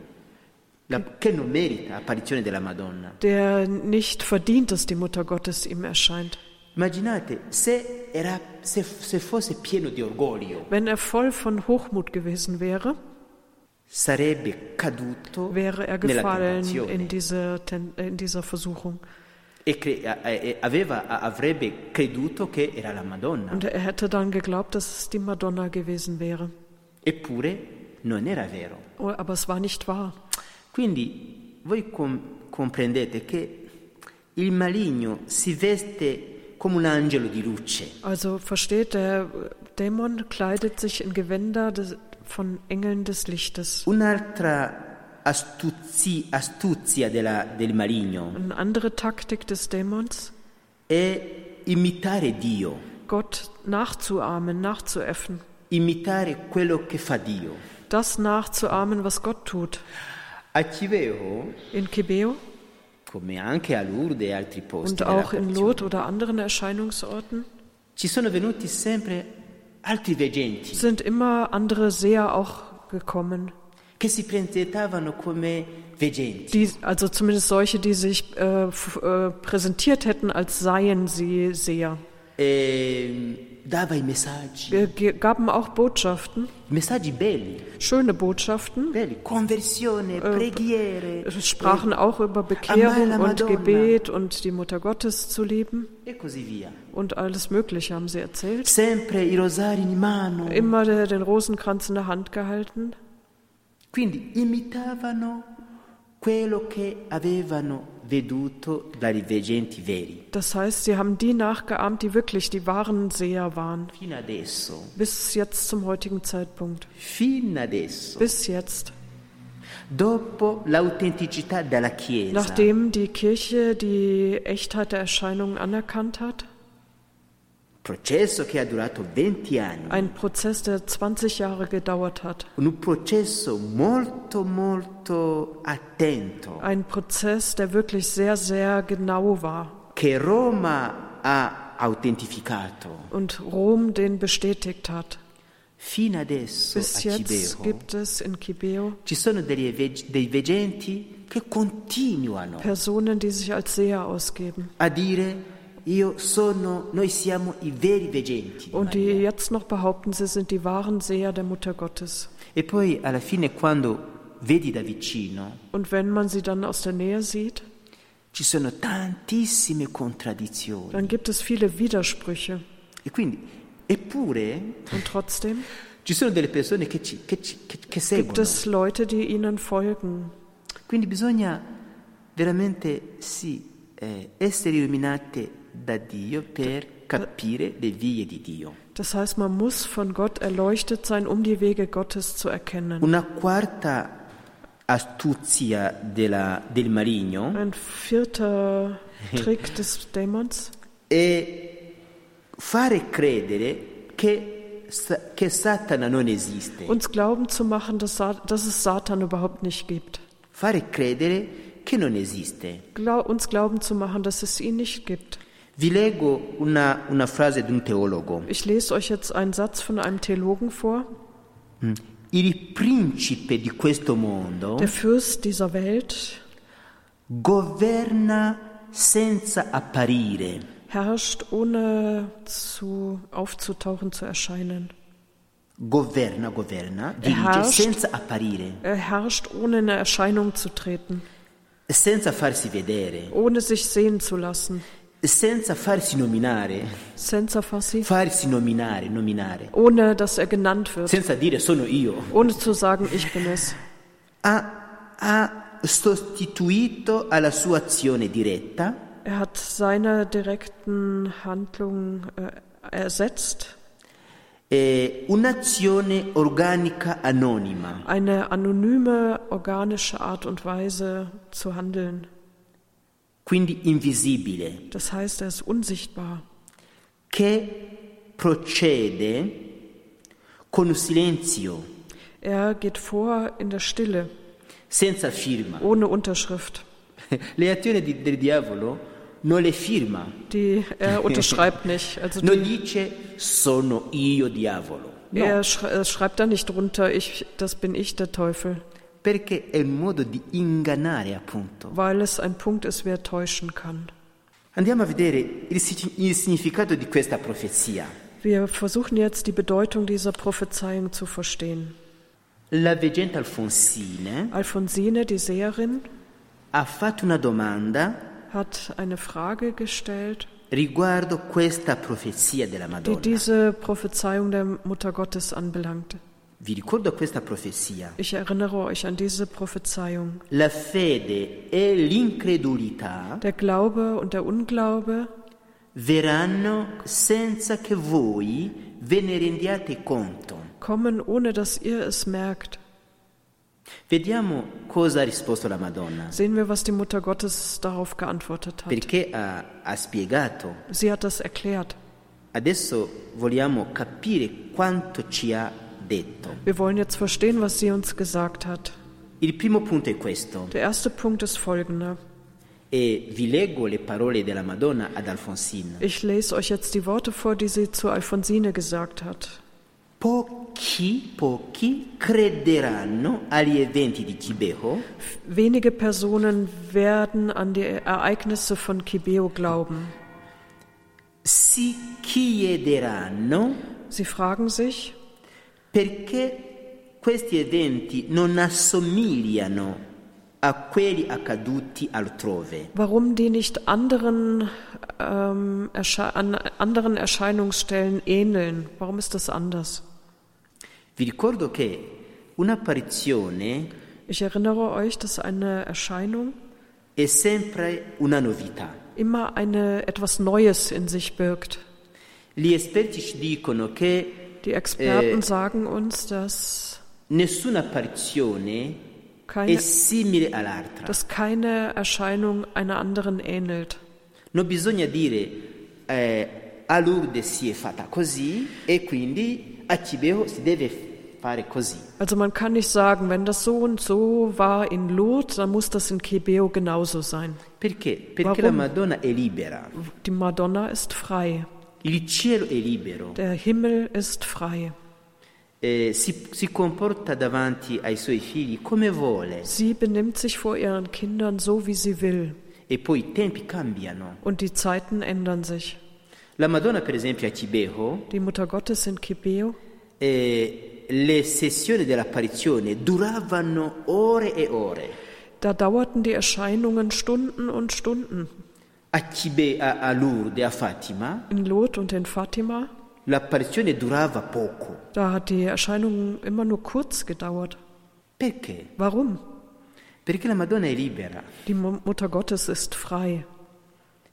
[SPEAKER 3] la- che non merita l'apparizione della Madonna.
[SPEAKER 4] der nicht verdient, dass die Mutter Gottes ihm erscheint.
[SPEAKER 3] Immaginate se, era- se- se fosse pieno di orgoglio,
[SPEAKER 4] Wenn er voll von Hochmut gewesen wäre,
[SPEAKER 3] sarebbe caduto
[SPEAKER 4] wäre er
[SPEAKER 3] nella
[SPEAKER 4] gefallen in
[SPEAKER 3] tentazione
[SPEAKER 4] dieser, Ten- in dieser Versuchung.
[SPEAKER 3] e, cre- a- e- aveva- a- avrebbe creduto che era la Madonna,
[SPEAKER 4] Und er hätte dann geglaubt, dass es die Madonna gewesen wäre.
[SPEAKER 3] eppure non era vero.
[SPEAKER 4] Oh, Aber es war nicht wahr.
[SPEAKER 3] Quindi voi com- comprendete che il maligno si veste come un angelo di luce,
[SPEAKER 4] Also versteht, der Dämon kleidet sich in Gewänder des, von Engeln des Lichtes.
[SPEAKER 3] un'altra astuzi- astuzia della- del maligno
[SPEAKER 4] Eine andere Taktik des Dämons,
[SPEAKER 3] è imitare Dio,
[SPEAKER 4] Gott nachzuahmen, nachzuäffen.
[SPEAKER 3] imitare quello che fa Dio.
[SPEAKER 4] Das nachzuahmen, was Gott tut.
[SPEAKER 3] A Civeo,
[SPEAKER 4] In Kibeo
[SPEAKER 3] come anche a Lourdes e altri posti,
[SPEAKER 4] und
[SPEAKER 3] della
[SPEAKER 4] auch in
[SPEAKER 3] Capuzione,
[SPEAKER 4] Lot oder anderen Erscheinungsorten
[SPEAKER 3] ci sono venuti sempre altri veggenti
[SPEAKER 4] sind immer andere Seher auch gekommen.
[SPEAKER 3] che si presentavano come veggenti.
[SPEAKER 4] Die, also zumindest solche, die sich äh, f- äh, präsentiert hätten, als seien sie Seher.
[SPEAKER 3] E mm, dava i messaggi,
[SPEAKER 4] Wir ge- gaben auch Botschaften,
[SPEAKER 3] messaggi belli,
[SPEAKER 4] schöne Botschaften,
[SPEAKER 3] belli, conversione, preghiere
[SPEAKER 4] Es sprachen auch über Bekehrung
[SPEAKER 3] Amala
[SPEAKER 4] und
[SPEAKER 3] Madonna.
[SPEAKER 4] Gebet und die Mutter Gottes zu lieben
[SPEAKER 3] e così via.
[SPEAKER 4] und alles Mögliche haben sie erzählt.
[SPEAKER 3] Sempre i rosari in mano.
[SPEAKER 4] Immer der, den Rosenkranz in der Hand gehalten.
[SPEAKER 3] Quindi imitavano quello che avevano veduto dai veggenti veri.
[SPEAKER 4] Das heißt, sie haben die nachgeahmt, die wirklich die wahren Seher waren.
[SPEAKER 3] Fino adesso,
[SPEAKER 4] Bis jetzt zum heutigen Zeitpunkt.
[SPEAKER 3] fino adesso,
[SPEAKER 4] Bis jetzt.
[SPEAKER 3] dopo l'autenticità della Chiesa,
[SPEAKER 4] Nachdem die Kirche die Echtheit der Erscheinungen anerkannt hat.
[SPEAKER 3] processo che ha durato 20 anni,
[SPEAKER 4] Ein Prozess, der 20 Jahre gedauert hat.
[SPEAKER 3] un processo molto molto attento.
[SPEAKER 4] Ein Prozess, der wirklich sehr, sehr genau war.
[SPEAKER 3] che Roma ha autentificato
[SPEAKER 4] und Rom den bestätigt hat.
[SPEAKER 3] fino adesso
[SPEAKER 4] Bis
[SPEAKER 3] a
[SPEAKER 4] jetzt
[SPEAKER 3] Cibeo.
[SPEAKER 4] gibt es in Kibeo
[SPEAKER 3] Ci sono degli veg- dei veggenti che continuano
[SPEAKER 4] Personen, die sich als Seher ausgeben
[SPEAKER 3] a dire io sono, noi siamo i veri veggenti. di
[SPEAKER 4] und die
[SPEAKER 3] Maria."
[SPEAKER 4] jetzt noch behaupten, sie sind die wahren Seher der Mutter Gottes.
[SPEAKER 3] E poi alla fine quando vedi da vicino
[SPEAKER 4] Und wenn man sie dann aus der Nähe sieht,
[SPEAKER 3] ci sono tantissime contraddizioni.
[SPEAKER 4] dann gibt es viele Widersprüche.
[SPEAKER 3] E quindi, eppure
[SPEAKER 4] Und trotzdem
[SPEAKER 3] ci sono delle persone che, ci, che, ci- che- che
[SPEAKER 4] gibt
[SPEAKER 3] seguono.
[SPEAKER 4] es Leute, die ihnen folgen.
[SPEAKER 3] Quindi bisogna veramente sì, eh, essere illuminati da Dio per capire le vie di Dio.
[SPEAKER 4] Das heißt, man muss von Gott erleuchtet sein, um die Wege Gottes zu erkennen.
[SPEAKER 3] Una quarta astuzia della- del maligno
[SPEAKER 4] Ein vierter Trick des Dämons
[SPEAKER 3] è fare credere che, sa- che Satana non esiste,
[SPEAKER 4] uns glauben zu machen, dass, Sa- dass es Satan überhaupt nicht gibt.
[SPEAKER 3] fare credere che non esiste.
[SPEAKER 4] Glau uns glauben zu machen, dass es ihn nicht gibt.
[SPEAKER 3] Vi leggo una, una frase di un teologo.
[SPEAKER 4] Ich lese euch jetzt einen Satz von einem Theologen vor.
[SPEAKER 3] Il principe di questo mondo
[SPEAKER 4] Der Fürst dieser Welt
[SPEAKER 3] governa senza apparire,
[SPEAKER 4] herrscht, ohne zu, aufzutauchen, zu erscheinen.
[SPEAKER 3] governa, governa, dirige
[SPEAKER 4] Herrscht.
[SPEAKER 3] senza apparire,
[SPEAKER 4] Er herrscht, ohne in Erscheinung zu treten,
[SPEAKER 3] senza farsi vedere,
[SPEAKER 4] ohne sich sehen zu lassen.
[SPEAKER 3] senza farsi nominare,
[SPEAKER 4] Senza fassi,
[SPEAKER 3] farsi nominare, nominare,
[SPEAKER 4] ohne dass er genannt wird,
[SPEAKER 3] senza dire sono io.
[SPEAKER 4] ohne zu sagen, ich bin es.
[SPEAKER 3] Ha, ha sostituito alla sua azione diretta
[SPEAKER 4] Er hat seine direkten Handlungen äh, ersetzt
[SPEAKER 3] eh, un'azione organica anonima,
[SPEAKER 4] eine anonyme, organische Art und Weise zu handeln.
[SPEAKER 3] quindi invisibile,
[SPEAKER 4] Das heißt, er ist unsichtbar.
[SPEAKER 3] che procede con un silenzio,
[SPEAKER 4] Er geht vor in der Stille,
[SPEAKER 3] senza firma.
[SPEAKER 4] ohne Unterschrift.
[SPEAKER 3] Le azioni di- del diavolo non le firma,
[SPEAKER 4] Die er unterschreibt nicht. Also
[SPEAKER 3] non dice sono io diavolo,
[SPEAKER 4] Er
[SPEAKER 3] No,
[SPEAKER 4] sch- äh, schreibt da nicht drunter, ich, das bin ich, der Teufel,
[SPEAKER 3] perché è un modo di ingannare, appunto.
[SPEAKER 4] weil es ein Punkt ist, wer täuschen kann.
[SPEAKER 3] Andiamo a vedere il, si- il significato di questa profezia.
[SPEAKER 4] Wir versuchen jetzt die Bedeutung dieser Prophezeiung zu verstehen.
[SPEAKER 3] La veggente Alfonsine
[SPEAKER 4] Alfonsine, die Seherin,
[SPEAKER 3] ha fatto una domanda
[SPEAKER 4] hat eine Frage gestellt,
[SPEAKER 3] riguardo questa profezia della
[SPEAKER 4] die
[SPEAKER 3] Madonna.
[SPEAKER 4] diese Prophezeiung der Mutter Gottes anbelangt.
[SPEAKER 3] Vi ricordo questa profezia.
[SPEAKER 4] Ich erinnere euch an diese Prophezeiung.
[SPEAKER 3] La fede e l'incredulità
[SPEAKER 4] Der Glaube und der Unglaube
[SPEAKER 3] verranno senza che voi ve ne rendiate conto.
[SPEAKER 4] kommen, ohne dass ihr es merkt.
[SPEAKER 3] Vediamo cosa ha risposto la Madonna,
[SPEAKER 4] Sehen wir, was die Mutter Gottes darauf geantwortet hat.
[SPEAKER 3] perché ha, ha spiegato.
[SPEAKER 4] Sie hat das erklärt.
[SPEAKER 3] Adesso vogliamo capire quanto ci ha detto.
[SPEAKER 4] Wir wollen jetzt verstehen, was sie uns gesagt hat.
[SPEAKER 3] Il primo punto è questo,
[SPEAKER 4] Der erste Punkt ist folgender.
[SPEAKER 3] e vi leggo le parole della Madonna ad Alfonsine.
[SPEAKER 4] Ich lese euch jetzt die Worte vor, die sie zu Alfonsine gesagt hat.
[SPEAKER 3] Pochi, pochi crederanno agli eventi di Gibeho
[SPEAKER 4] Wenige Personen werden an die Ereignisse von Kibeo glauben.
[SPEAKER 3] si chiederanno
[SPEAKER 4] Sie fragen sich,
[SPEAKER 3] perché questi eventi non assomigliano a quelli accaduti altrove.
[SPEAKER 4] warum die nicht anderen, ähm, Ersche an anderen Erscheinungsstellen ähneln. Warum ist das anders?
[SPEAKER 3] Vi ricordo che un'apparizione
[SPEAKER 4] Ich erinnere euch, dass eine Erscheinung
[SPEAKER 3] è sempre una novità.
[SPEAKER 4] immer eine, etwas Neues in sich birgt.
[SPEAKER 3] Gli esperti ci dicono che
[SPEAKER 4] Die Experten sagen uns, dass
[SPEAKER 3] nessuna apparizione è
[SPEAKER 4] keine,
[SPEAKER 3] simile all'altra.
[SPEAKER 4] dass keine Erscheinung einer anderen ähnelt.
[SPEAKER 3] Non bisogna dire eh, a Lourdes si è fatta così e quindi a Cibeo si deve fare così.
[SPEAKER 4] Also man kann nicht sagen, wenn das so und so war in Lourdes, dann muss das in Kebeo genauso sein.
[SPEAKER 3] Perché? Perché
[SPEAKER 4] Warum?
[SPEAKER 3] la Madonna è libera,
[SPEAKER 4] Die Madonna ist frei,
[SPEAKER 3] il cielo è libero,
[SPEAKER 4] der Himmel ist frei.
[SPEAKER 3] eh, si, si comporta davanti ai suoi figli come vuole
[SPEAKER 4] Sie benimmt sich vor ihren Kindern so, wie sie will.
[SPEAKER 3] e poi i tempi cambiano.
[SPEAKER 4] Und die Zeiten ändern sich.
[SPEAKER 3] La Madonna per esempio a Cibeo,
[SPEAKER 4] Die Mutter Gottes in Kebeo,
[SPEAKER 3] eh, le sessioni dell'apparizione duravano ore e ore.
[SPEAKER 4] da dauerten die Erscheinungen Stunden und Stunden.
[SPEAKER 3] A, Cibe, a, a Lourdes, a Fatima,
[SPEAKER 4] In Lot und in Fatima,
[SPEAKER 3] l'apparizione durava poco.
[SPEAKER 4] da hat die Erscheinung immer nur kurz gedauert.
[SPEAKER 3] Perché?
[SPEAKER 4] Warum?
[SPEAKER 3] Perché la Madonna è libera.
[SPEAKER 4] Die Mu- Mutter Gottes ist frei.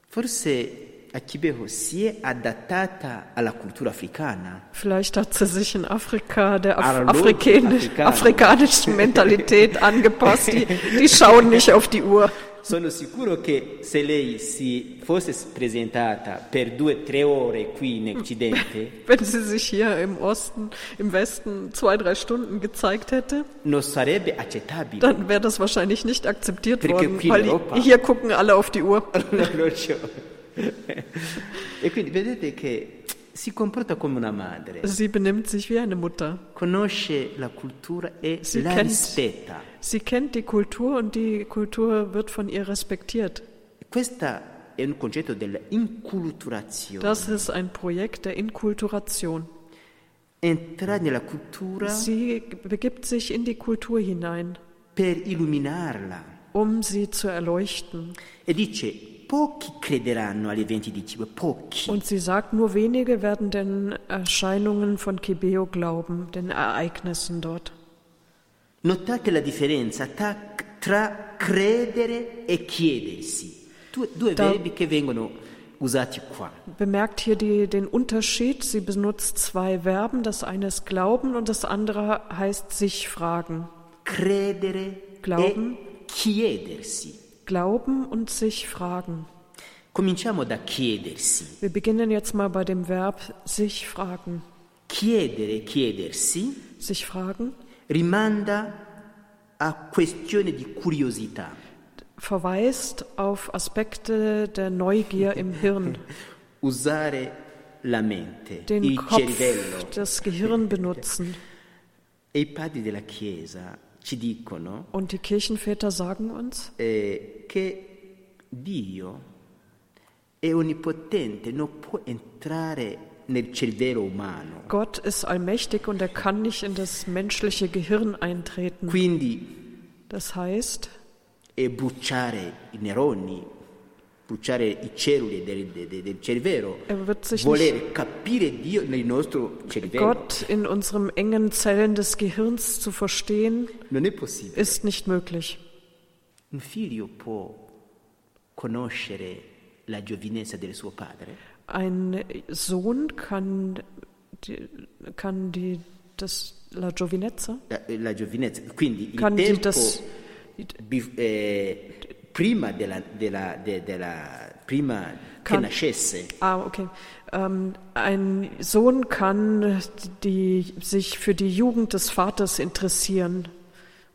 [SPEAKER 3] Forse a Cibeho si è adattata alla cultura africana.
[SPEAKER 4] Vielleicht hat sie sich in Afrika der Af
[SPEAKER 3] Arlo-
[SPEAKER 4] afrikanisch,
[SPEAKER 3] Afrikaner.
[SPEAKER 4] afrikanischen Mentalität angepasst. Die, die schauen nicht auf die Uhr.
[SPEAKER 3] Sono sicuro che se lei si fosse presentata per due o tre ore qui in Occidente,
[SPEAKER 4] Wenn sie sich hier im Osten, im Westen zwei, drei Stunden gezeigt hätte,
[SPEAKER 3] non sarebbe accettabile.
[SPEAKER 4] dann wäre das wahrscheinlich nicht akzeptiert
[SPEAKER 3] Perché
[SPEAKER 4] worden,
[SPEAKER 3] qui in
[SPEAKER 4] weil
[SPEAKER 3] Europa-
[SPEAKER 4] die, hier gucken alle auf die Uhr.
[SPEAKER 3] L'orologio. e quindi vedete che si comporta come una madre,
[SPEAKER 4] Sie benimmt sich wie eine Mutter.
[SPEAKER 3] conosce la cultura e
[SPEAKER 4] Si
[SPEAKER 3] la
[SPEAKER 4] kennt-
[SPEAKER 3] rispetta.
[SPEAKER 4] Sie kennt die Kultur und die Kultur wird von ihr respektiert.
[SPEAKER 3] Questo è un concetto dell'inculturazione.
[SPEAKER 4] Das ist ein Projekt der Inkulturation.
[SPEAKER 3] entrare nella cultura
[SPEAKER 4] Sie begibt sich in die Kultur hinein,
[SPEAKER 3] per illuminarla.
[SPEAKER 4] um sie zu erleuchten.
[SPEAKER 3] E dice, pochi crederanno agli eventi di Cibo, pochi.
[SPEAKER 4] Und sie sagt, nur wenige werden den Erscheinungen von Kibeo glauben, den Ereignissen dort.
[SPEAKER 3] Notate la differenza ta- tra credere e chiedersi. Due, due
[SPEAKER 4] Da-
[SPEAKER 3] verbi che vengono usati qua.
[SPEAKER 4] Bemerkt hier die, den Unterschied. Sie benutzt zwei Verben. Das eine ist glauben und das andere heißt sich fragen.
[SPEAKER 3] Credere
[SPEAKER 4] Glauben.
[SPEAKER 3] e chiedersi.
[SPEAKER 4] Glauben und sich fragen.
[SPEAKER 3] Cominciamo da chiedersi.
[SPEAKER 4] Wir beginnen jetzt mal bei dem Verb sich fragen.
[SPEAKER 3] Chiedere e chiedersi
[SPEAKER 4] Sich fragen
[SPEAKER 3] rimanda a questione di curiosità.
[SPEAKER 4] verweist auf Aspekte der Neugier im Hirn.
[SPEAKER 3] Usare la mente,
[SPEAKER 4] den
[SPEAKER 3] il
[SPEAKER 4] Kopf,
[SPEAKER 3] cervello.
[SPEAKER 4] das Gehirn benutzen.
[SPEAKER 3] E i padri della Chiesa ci dicono
[SPEAKER 4] Und die Kirchenväter sagen uns,
[SPEAKER 3] eh, che Dio è onnipotente, non può entrare nel cervello umano.
[SPEAKER 4] Gott ist allmächtig und er kann nicht in das menschliche Gehirn eintreten.
[SPEAKER 3] Quindi
[SPEAKER 4] Das heißt,
[SPEAKER 3] eh, bruciare i neuroni, bruciare i cellule del, del- del cervello,
[SPEAKER 4] Er wird sich
[SPEAKER 3] voler capire Dio nel nostro cervello,
[SPEAKER 4] Gott in unserem engen Zellen des Gehirns zu verstehen,
[SPEAKER 3] non è possibile.
[SPEAKER 4] ist nicht möglich.
[SPEAKER 3] Un figlio può conoscere la giovinezza del suo padre,
[SPEAKER 4] Ein Sohn kann, die, kann die, das La Giovinezza,
[SPEAKER 3] la, la giovinezza, quindi il
[SPEAKER 4] kann die
[SPEAKER 3] tempo
[SPEAKER 4] das,
[SPEAKER 3] bi- eh, prima, della, della- de- della- prima che
[SPEAKER 4] Kann-
[SPEAKER 3] nascesse,
[SPEAKER 4] ah, okay. Ähm, ein Sohn kann die, sich für die Jugend des Vaters interessieren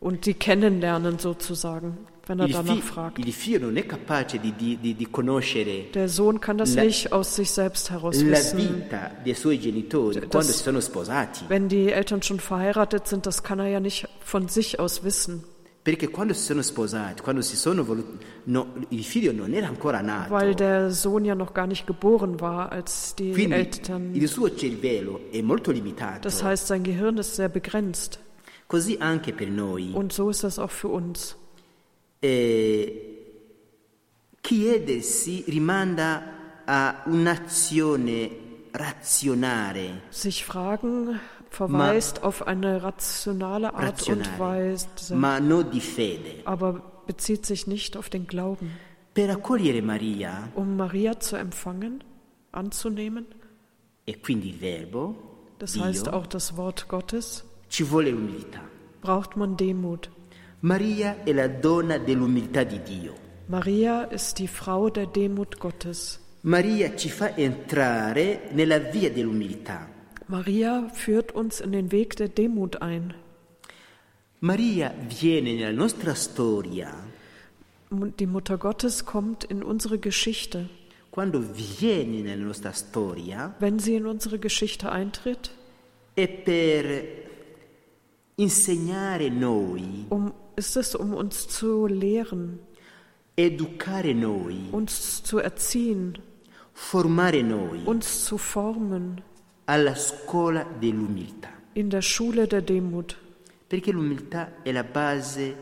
[SPEAKER 4] und die kennenlernen sozusagen, wenn er
[SPEAKER 3] il,
[SPEAKER 4] danach
[SPEAKER 3] fi-
[SPEAKER 4] fragt.
[SPEAKER 3] il figlio non è capace di, di- di- di conoscere
[SPEAKER 4] Der Sohn kann das
[SPEAKER 3] La-
[SPEAKER 4] nicht aus sich selbst heraus
[SPEAKER 3] la
[SPEAKER 4] wissen.
[SPEAKER 3] vita dei suoi genitori quando si sono sposati,
[SPEAKER 4] Wenn die Eltern schon verheiratet sind, das kann er ja nicht von sich aus wissen,
[SPEAKER 3] perché quando si sono sposati, quando si sono voluti, no, il figlio non era ancora nato.
[SPEAKER 4] weil der Sohn ja noch gar nicht geboren war, als die
[SPEAKER 3] Quindi
[SPEAKER 4] Eltern.
[SPEAKER 3] il suo cervello è molto limitato.
[SPEAKER 4] Das heißt, sein Gehirn ist sehr begrenzt.
[SPEAKER 3] Così anche per noi.
[SPEAKER 4] Und so ist das auch für uns.
[SPEAKER 3] Eh, chiedersi rimanda a un'azione razionale,
[SPEAKER 4] Sich fragen verweist auf eine rationale Art und
[SPEAKER 3] razionale,
[SPEAKER 4] Weise,
[SPEAKER 3] ma non di fede.
[SPEAKER 4] aber bezieht sich nicht auf den Glauben.
[SPEAKER 3] Per accogliere Maria,
[SPEAKER 4] Um Maria zu empfangen, anzunehmen,
[SPEAKER 3] e quindi il verbo,
[SPEAKER 4] das
[SPEAKER 3] Dio,
[SPEAKER 4] heißt auch das Wort Gottes,
[SPEAKER 3] ci vuole umiltà.
[SPEAKER 4] braucht man Demut.
[SPEAKER 3] Maria è la donna dell'umiltà di Dio.
[SPEAKER 4] Maria ist die Frau der Demut Gottes.
[SPEAKER 3] Maria ci fa entrare nella via dell'umiltà.
[SPEAKER 4] Maria führt uns in den Weg der Demut ein.
[SPEAKER 3] Maria viene nella nostra storia
[SPEAKER 4] Die Mutter Gottes kommt in unsere Geschichte.
[SPEAKER 3] quando viene nella nostra storia
[SPEAKER 4] Wenn sie in unsere Geschichte eintritt,
[SPEAKER 3] è per insegnare noi,
[SPEAKER 4] um, ist es, um uns zu lehren,
[SPEAKER 3] educare noi,
[SPEAKER 4] uns zu erziehen,
[SPEAKER 3] formare noi
[SPEAKER 4] uns zu formen
[SPEAKER 3] alla scuola dell'umiltà,
[SPEAKER 4] in der Schule der Demut,
[SPEAKER 3] perché l'umiltà è la base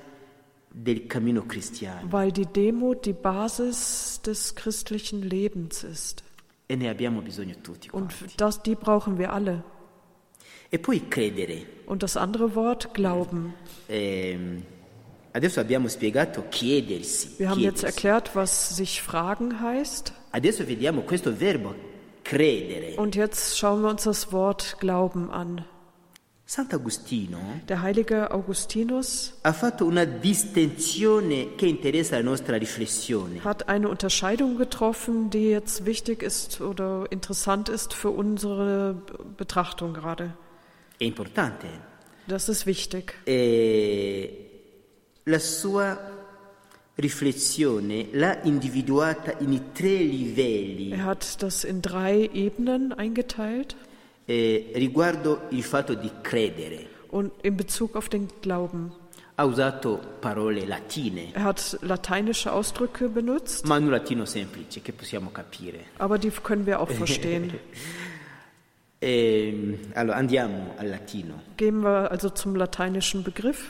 [SPEAKER 3] del cammino cristiano
[SPEAKER 4] weil die Demut die Basis des christlichen Lebens ist.
[SPEAKER 3] e ne abbiamo bisogno tutti.
[SPEAKER 4] Und
[SPEAKER 3] quanti.
[SPEAKER 4] das, die brauchen wir alle.
[SPEAKER 3] E poi credere.
[SPEAKER 4] Und das andere Wort, Glauben.
[SPEAKER 3] Ehm, adesso abbiamo spiegato chiedersi.
[SPEAKER 4] Wir haben jetzt
[SPEAKER 3] chiedersi.
[SPEAKER 4] erklärt, was sich fragen heißt.
[SPEAKER 3] Adesso vediamo questo verbo credere.
[SPEAKER 4] Und jetzt schauen wir uns das Wort Glauben an.
[SPEAKER 3] Sant'Agostino
[SPEAKER 4] Der heilige Augustinus
[SPEAKER 3] ha fatto una distinzione che interessa la nostra riflessione.
[SPEAKER 4] hat eine Unterscheidung getroffen, die jetzt wichtig ist oder interessant ist für unsere Betrachtung gerade.
[SPEAKER 3] È importante.
[SPEAKER 4] Das ist wichtig.
[SPEAKER 3] E la sua riflessione l'ha individuata in tre livelli
[SPEAKER 4] Er hat das in drei Ebenen eingeteilt
[SPEAKER 3] eh, riguardo il fatto di credere.
[SPEAKER 4] und in Bezug auf den Glauben.
[SPEAKER 3] Ha usato parole latine,
[SPEAKER 4] Er hat lateinische Ausdrücke benutzt,
[SPEAKER 3] ma un latino semplice che possiamo capire.
[SPEAKER 4] aber die können wir auch verstehen.
[SPEAKER 3] Ehm, allora andiamo al latino.
[SPEAKER 4] Gehen wir also zum lateinischen Begriff.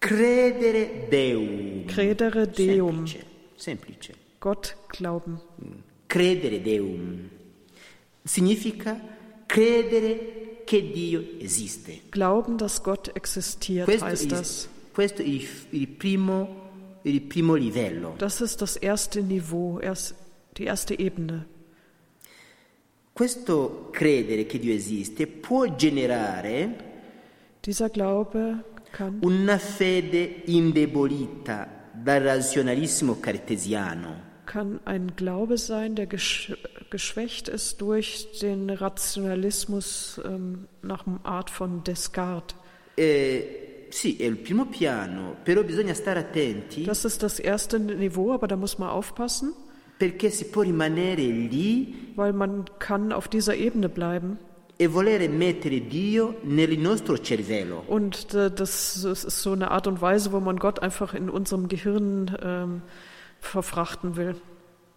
[SPEAKER 3] Credere Deum.
[SPEAKER 4] Credere Deum.
[SPEAKER 3] Semplice, semplice.
[SPEAKER 4] Gott glauben.
[SPEAKER 3] Credere Deum significa credere che Dio esiste.
[SPEAKER 4] Glauben, dass Gott existiert,
[SPEAKER 3] Questo,
[SPEAKER 4] heißt
[SPEAKER 3] il-
[SPEAKER 4] das.
[SPEAKER 3] questo è il, il primo, il primo livello.
[SPEAKER 4] Das ist das erste Niveau, erst die erste Ebene.
[SPEAKER 3] Questo credere che Dio esiste può generare
[SPEAKER 4] Dieser Glaube kann
[SPEAKER 3] una fede indebolita dal razionalismo cartesiano,
[SPEAKER 4] kann ein Glaube sein, der gesch geschwächt ist durch den Rationalismus ähm, nach einer Art von Descartes.
[SPEAKER 3] Eh, sì, è il primo piano, però bisogna stare attenti
[SPEAKER 4] Das ist das erste Niveau, aber da muss man aufpassen,
[SPEAKER 3] perché si può rimanere lì
[SPEAKER 4] weil man kann auf dieser Ebene bleiben.
[SPEAKER 3] e volere mettere Dio nel nostro cervello.
[SPEAKER 4] Und äh, das das ist so eine Art und Weise, wo man Gott einfach in unserem Gehirn ähm, verfrachten will,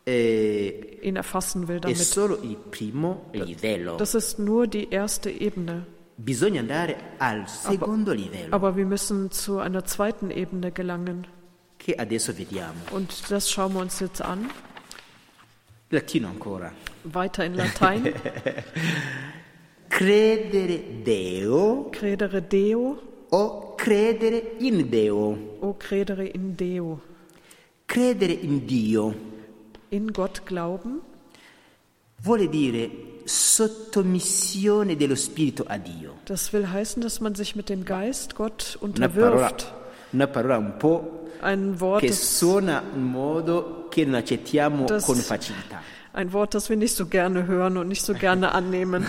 [SPEAKER 3] Eh,
[SPEAKER 4] ihn erfassen will
[SPEAKER 3] è
[SPEAKER 4] damit.
[SPEAKER 3] solo il primo livello.
[SPEAKER 4] Das ist nur die erste Ebene.
[SPEAKER 3] Bisogna andare al secondo livello,
[SPEAKER 4] Aber wir müssen zu einer zweiten Ebene gelangen.
[SPEAKER 3] che adesso vediamo.
[SPEAKER 4] Und das schauen wir uns jetzt an.
[SPEAKER 3] Latino ancora.
[SPEAKER 4] Weiter in Latein.
[SPEAKER 3] Credere Deo
[SPEAKER 4] Credere Deo,
[SPEAKER 3] o credere in Deo.
[SPEAKER 4] o credere in Deo.
[SPEAKER 3] Credere in Dio
[SPEAKER 4] In Gott glauben
[SPEAKER 3] vuole dire sottomissione dello spirito a Dio.
[SPEAKER 4] Das will heißen, dass man sich mit dem Geist Gott
[SPEAKER 3] Una parola,
[SPEAKER 4] unterwirft.
[SPEAKER 3] una parola un po'
[SPEAKER 4] Ein Wort,
[SPEAKER 3] che
[SPEAKER 4] das,
[SPEAKER 3] suona in modo che non accettiamo
[SPEAKER 4] Das-
[SPEAKER 3] con facilità.
[SPEAKER 4] ein Wort, das wir nicht so gerne hören und nicht so gerne annehmen,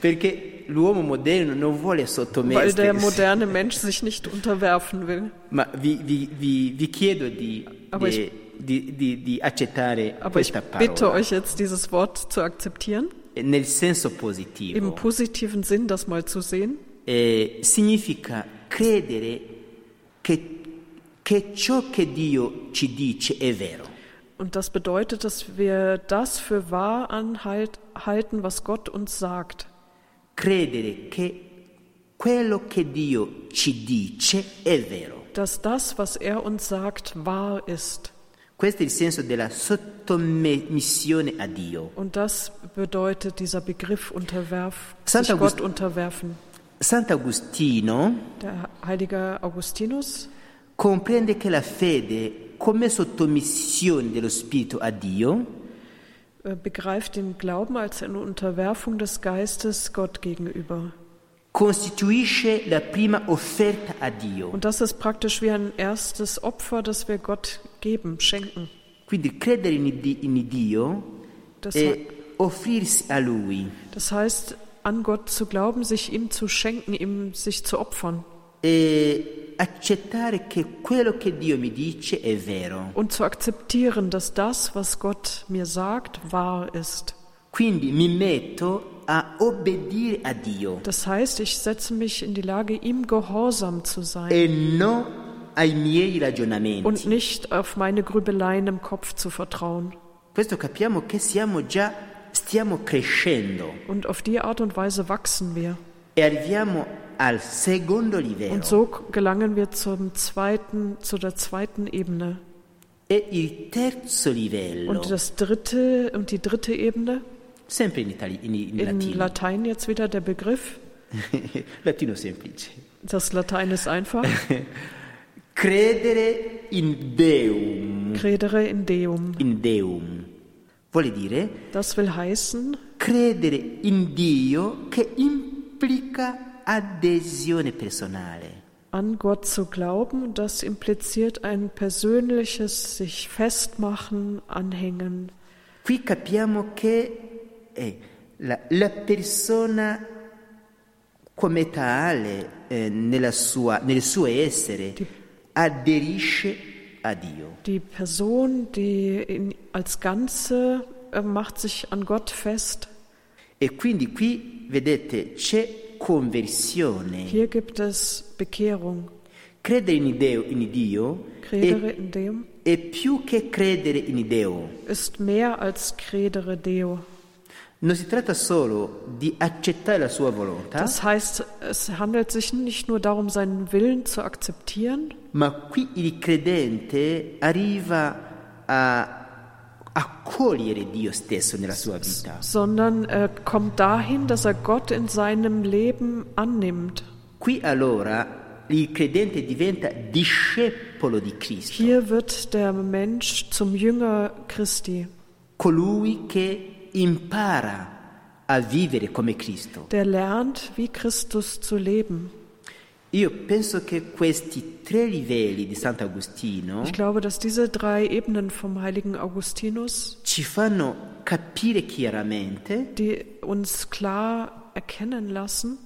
[SPEAKER 3] Perché l'uomo moderno non vuole
[SPEAKER 4] weil der
[SPEAKER 3] sottomettersi.
[SPEAKER 4] moderne Mensch sich nicht unterwerfen will.
[SPEAKER 3] Ma vi, vi- vi- vi chiedo di,
[SPEAKER 4] Ah, ma
[SPEAKER 3] di- di- di- di accettare
[SPEAKER 4] Aber ich
[SPEAKER 3] questa
[SPEAKER 4] bitte
[SPEAKER 3] parola
[SPEAKER 4] euch jetzt, dieses Wort zu akzeptieren,
[SPEAKER 3] nel senso
[SPEAKER 4] im
[SPEAKER 3] positivo.
[SPEAKER 4] positiven Sinn das mal zu sehen.
[SPEAKER 3] Eh, significa credere che, che ciò che Dio ci dice è vero.
[SPEAKER 4] Und das bedeutet, dass wir das für wahr anhalt, halten, was Gott uns sagt.
[SPEAKER 3] Credere che quello che Dio ci dice è vero.
[SPEAKER 4] Dass das, was er uns sagt, wahr ist.
[SPEAKER 3] Questo è il senso della sottomissione a Dio.
[SPEAKER 4] Und das bedeutet dieser Begriff unterwerf,
[SPEAKER 3] Sankt
[SPEAKER 4] sich Gott
[SPEAKER 3] August-
[SPEAKER 4] unterwerfen.
[SPEAKER 3] Sant'Agostino
[SPEAKER 4] Der heilige Augustinus
[SPEAKER 3] comprende che la fede come sottomissione dello Spirito a Dio
[SPEAKER 4] äh, begreift den Glauben als eine Unterwerfung des Geistes Gott gegenüber.
[SPEAKER 3] costituisce la prima offerta a Dio.
[SPEAKER 4] Und das ist praktisch wie ein erstes Opfer, das wir Gott geben, schenken.
[SPEAKER 3] Quindi credere in, Di- in Dio
[SPEAKER 4] Das, he-
[SPEAKER 3] e offrirsi a Lui
[SPEAKER 4] das heißt, an Gott zu glauben, sich ihm zu schenken, ihm sich zu opfern
[SPEAKER 3] e accettare che quello che Dio mi dice è vero.
[SPEAKER 4] und zu akzeptieren, dass das, was Gott mir sagt, wahr ist.
[SPEAKER 3] Quindi mi metto a obbedire a Dio
[SPEAKER 4] Das heißt, ich setze mich in die Lage, ihm gehorsam zu sein.
[SPEAKER 3] e non ai miei
[SPEAKER 4] und
[SPEAKER 3] ragionamenti.
[SPEAKER 4] nicht auf meine Grübeleien im Kopf zu vertrauen.
[SPEAKER 3] Questo capiamo che siamo già, stiamo crescendo.
[SPEAKER 4] Und auf die Art und Weise wachsen wir.
[SPEAKER 3] E arriviamo al secondo livello.
[SPEAKER 4] Und so gelangen wir zum zweiten, zu der zweiten Ebene.
[SPEAKER 3] e il terzo livello,
[SPEAKER 4] Und das dritte und die dritte Ebene
[SPEAKER 3] sempre in, itali- in- in
[SPEAKER 4] in
[SPEAKER 3] latino,
[SPEAKER 4] Latein jetzt wieder der Begriff.
[SPEAKER 3] latino semplice.
[SPEAKER 4] Das Latein ist einfach.
[SPEAKER 3] Credere in Deum.
[SPEAKER 4] Credere in Deum.
[SPEAKER 3] In Deum. Vuole dire
[SPEAKER 4] Das will heißen,
[SPEAKER 3] credere in Dio che implica adesione personale.
[SPEAKER 4] an Gott zu glauben. Das impliziert ein persönliches sich festmachen, anhängen.
[SPEAKER 3] Qui capiamo che eh, la, la persona come tale, eh, nella sua- nel suo essere, aderisce a Dio.
[SPEAKER 4] Die Person, die in, als Ganze äh, macht sich an Gott fest.
[SPEAKER 3] E quindi qui, vedete, c'è conversione.
[SPEAKER 4] Hier gibt es Bekehrung.
[SPEAKER 3] Credere in Dio, in Dio
[SPEAKER 4] Credere
[SPEAKER 3] è,
[SPEAKER 4] in Deum
[SPEAKER 3] è più che credere in Dio.
[SPEAKER 4] ist mehr als Credere Deo.
[SPEAKER 3] Non si tratta solo di accettare la sua volontà,
[SPEAKER 4] Das heißt, es handelt sich nicht nur darum, seinen Willen zu akzeptieren,
[SPEAKER 3] ma qui il credente arriva a, a cogliere Dio stesso nella sua vita.
[SPEAKER 4] sondern er kommt dahin, dass er Gott in seinem Leben annimmt.
[SPEAKER 3] Qui allora il credente diventa discepolo di Cristo,
[SPEAKER 4] Hier wird der Mensch zum Jünger Christi,
[SPEAKER 3] colui che impara a vivere come Cristo.
[SPEAKER 4] der lernt, wie Christus zu leben.
[SPEAKER 3] Io penso che questi tre livelli di Sant'Agostino
[SPEAKER 4] Ich glaube, dass diese drei Ebenen vom heiligen Augustinus,
[SPEAKER 3] ci fanno capire chiaramente,
[SPEAKER 4] die uns klar erkennen lassen,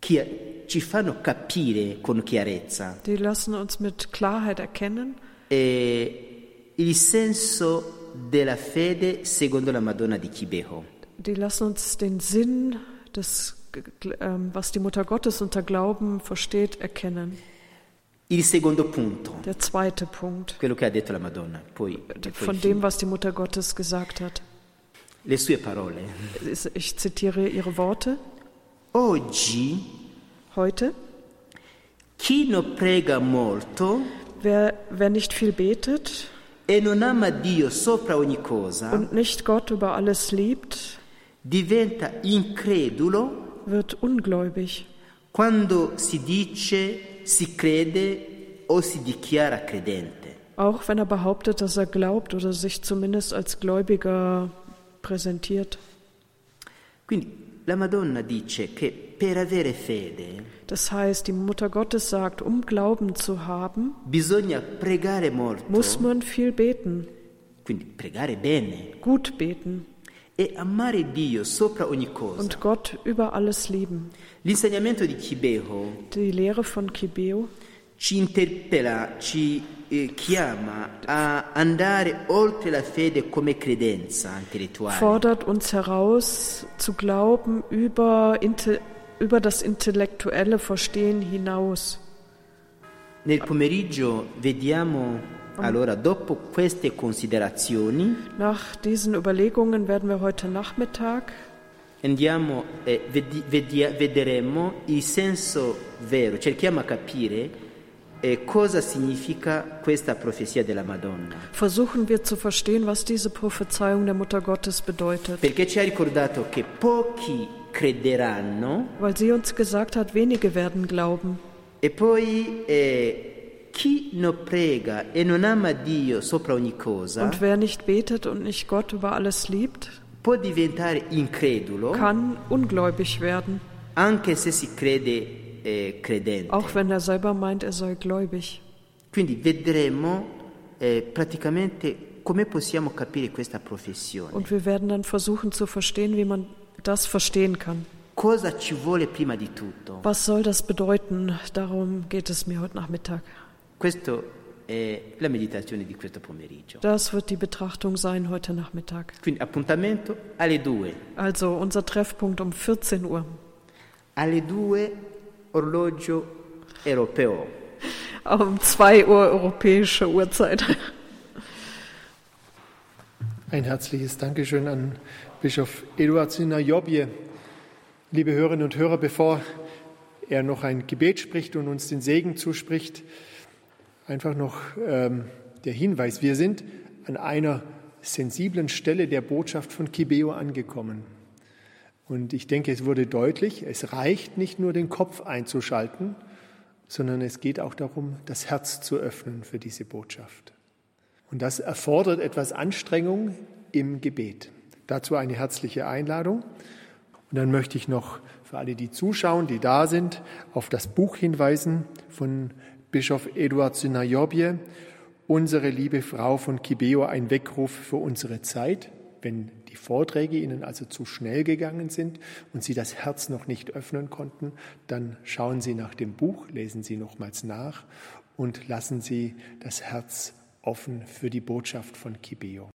[SPEAKER 3] chi- ci fanno capire con chiarezza
[SPEAKER 4] die lassen uns mit Klarheit erkennen,
[SPEAKER 3] eh, il senso della fede secondo la Madonna di Chibeho.
[SPEAKER 4] Die lassen uns den Sinn, des, ähm, was die Mutter Gottes unter Glauben versteht, erkennen.
[SPEAKER 3] Il secondo punto,
[SPEAKER 4] Der zweite Punkt
[SPEAKER 3] quello che ha detto la Madonna, poi, e poi
[SPEAKER 4] von dem, was die Mutter Gottes gesagt hat.
[SPEAKER 3] le sue parole.
[SPEAKER 4] ist- Ich zitiere ihre Worte.
[SPEAKER 3] Oggi
[SPEAKER 4] Heute,
[SPEAKER 3] chi non prega molto
[SPEAKER 4] wer, wer nicht viel betet
[SPEAKER 3] e non ama Dio sopra ogni cosa
[SPEAKER 4] und nicht Gott über alles liebt,
[SPEAKER 3] diventa incredulo
[SPEAKER 4] wird ungläubig,
[SPEAKER 3] quando si dice, si crede o si dichiara credente.
[SPEAKER 4] auch wenn er behauptet, dass er glaubt oder sich zumindest als Gläubiger präsentiert.
[SPEAKER 3] Quindi la Madonna dice che per avere fede
[SPEAKER 4] Das heißt, die Mutter Gottes sagt, um Glauben zu haben,
[SPEAKER 3] bisogna pregare
[SPEAKER 4] muss
[SPEAKER 3] molto,
[SPEAKER 4] man viel beten,
[SPEAKER 3] quindi pregare bene
[SPEAKER 4] gut beten
[SPEAKER 3] e amare Dio sopra ogni cosa.
[SPEAKER 4] und Gott über alles lieben.
[SPEAKER 3] L'insegnamento di Chibeho
[SPEAKER 4] Die Lehre von Kibeo
[SPEAKER 3] ci interpella, ci eh, chiama a andare oltre la fede come credenza intellettuale.
[SPEAKER 4] fordert uns heraus, zu glauben über, inte, über das intellektuelle Verstehen hinaus.
[SPEAKER 3] Nel pomeriggio vediamo allora dopo queste considerazioni
[SPEAKER 4] Nach diesen Überlegungen werden wir heute Nachmittag
[SPEAKER 3] andiamo eh, vedi- vedia- vedremo il senso vero, cerchiamo a capire eh, cosa significa questa profezia della Madonna,
[SPEAKER 4] versuchen wir zu verstehen, was diese Prophezeiung der Mutter Gottes bedeutet,
[SPEAKER 3] perché ci ha ricordato che pochi crederanno
[SPEAKER 4] weil sie uns gesagt hat, wenige werden glauben.
[SPEAKER 3] E poi eh, chi non prega e non ama Dio sopra ogni cosa
[SPEAKER 4] Und wer nicht betet und nicht Gott über alles liebt,
[SPEAKER 3] può diventare incredulo
[SPEAKER 4] kann ungläubig werden,
[SPEAKER 3] anche se si crede eh, credente.
[SPEAKER 4] auch wenn er selber meint, er sei gläubig.
[SPEAKER 3] Quindi vedremo eh, praticamente come possiamo capire questa professione,
[SPEAKER 4] Und wir werden dann versuchen zu verstehen, wie man das verstehen kann.
[SPEAKER 3] cosa ci vuole prima di tutto.
[SPEAKER 4] Was soll das bedeuten? Darum geht es mir heute Nachmittag.
[SPEAKER 3] Questa è la meditazione di questo pomeriggio.
[SPEAKER 4] Das wird die Betrachtung sein heute Nachmittag.
[SPEAKER 3] Quindi appuntamento alle 2.
[SPEAKER 4] Also unser Treffpunkt um 14 Uhr.
[SPEAKER 3] Alle 2 orologio europeo.
[SPEAKER 4] Um 2 Uhr europäische Uhrzeit.
[SPEAKER 1] Ein herzliches Dankeschön an Bischof Eduard Sinajobje. Liebe Hörerinnen und Hörer, bevor er noch ein Gebet spricht und uns den Segen zuspricht, einfach noch ähm, der Hinweis. Wir sind an einer sensiblen Stelle der Botschaft von Kibeo angekommen. Und ich denke, es wurde deutlich, es reicht nicht nur den Kopf einzuschalten, sondern es geht auch darum, das Herz zu öffnen für diese Botschaft. Und das erfordert etwas Anstrengung im Gebet. Dazu eine herzliche Einladung. Und dann möchte ich noch für alle, die zuschauen, die da sind, auf das Buch hinweisen von Bischof Eduard Synajobje, Unsere liebe Frau von Kibeo, ein Weckruf für unsere Zeit. Wenn die Vorträge Ihnen also zu schnell gegangen sind und Sie das Herz noch nicht öffnen konnten, dann schauen Sie nach dem Buch, lesen Sie nochmals nach und lassen Sie das Herz offen für die Botschaft von Kibeo.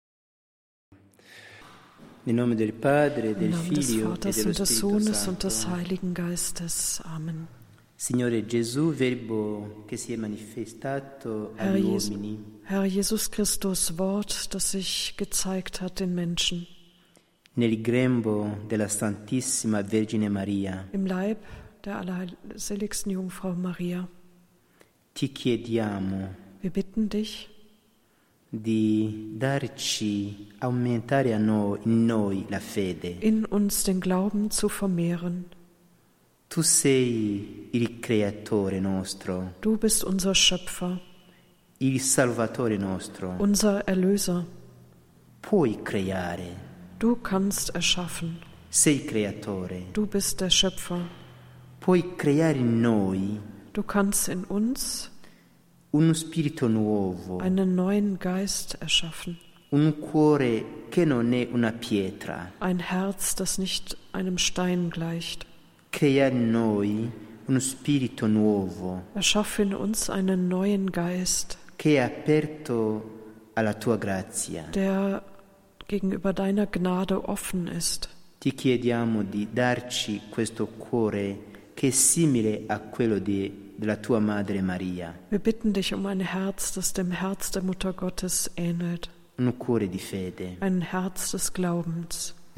[SPEAKER 3] Nel nome del Padre,
[SPEAKER 4] Im
[SPEAKER 3] del
[SPEAKER 4] Namen des
[SPEAKER 3] Figlio e
[SPEAKER 4] Vaters
[SPEAKER 3] dello
[SPEAKER 4] und
[SPEAKER 3] Spirito
[SPEAKER 4] des Sohnes und des
[SPEAKER 3] Santo.
[SPEAKER 4] Heiligen Geistes. Amen.
[SPEAKER 3] Signore Gesù, Verbo che si è manifestato
[SPEAKER 4] Herr,
[SPEAKER 3] agli
[SPEAKER 4] Jes-
[SPEAKER 3] uomini,
[SPEAKER 4] Herr Jesus Christus, Wort, das sich gezeigt hat den Menschen,
[SPEAKER 3] nel grembo della Santissima Vergine Maria,
[SPEAKER 4] im Leib der allerseligsten Jungfrau Maria,
[SPEAKER 3] ti chiediamo
[SPEAKER 4] wir bitten dich,
[SPEAKER 3] di darci, aumentare a noi, in noi la fede.
[SPEAKER 4] in uns den Glauben zu vermehren.
[SPEAKER 3] Tu sei il Creatore nostro,
[SPEAKER 4] Du bist unser Schöpfer,
[SPEAKER 3] il Salvatore nostro.
[SPEAKER 4] unser Erlöser.
[SPEAKER 3] Puoi creare,
[SPEAKER 4] Du kannst erschaffen.
[SPEAKER 3] sei il Creatore.
[SPEAKER 4] Du bist der Schöpfer.
[SPEAKER 3] Puoi creare in noi
[SPEAKER 4] Du kannst in uns
[SPEAKER 3] uno spirito nuovo.
[SPEAKER 4] einen neuen Geist erschaffen.
[SPEAKER 3] un cuore che non è una pietra,
[SPEAKER 4] Ein Herz, das nicht einem Stein gleicht.
[SPEAKER 3] crea in noi uno spirito nuovo
[SPEAKER 4] Erschaffe in uns einen neuen Geist,
[SPEAKER 3] che è aperto alla tua grazia.
[SPEAKER 4] der gegenüber deiner Gnade offen ist.
[SPEAKER 3] Ti chiediamo di darci questo cuore che è simile a quello di- della tua Madre Maria,
[SPEAKER 4] Wir bitten dich um ein Herz, das dem Herz der Mutter Gottes ähnelt,
[SPEAKER 3] un cuore di fede.
[SPEAKER 4] ein Herz des Glaubens.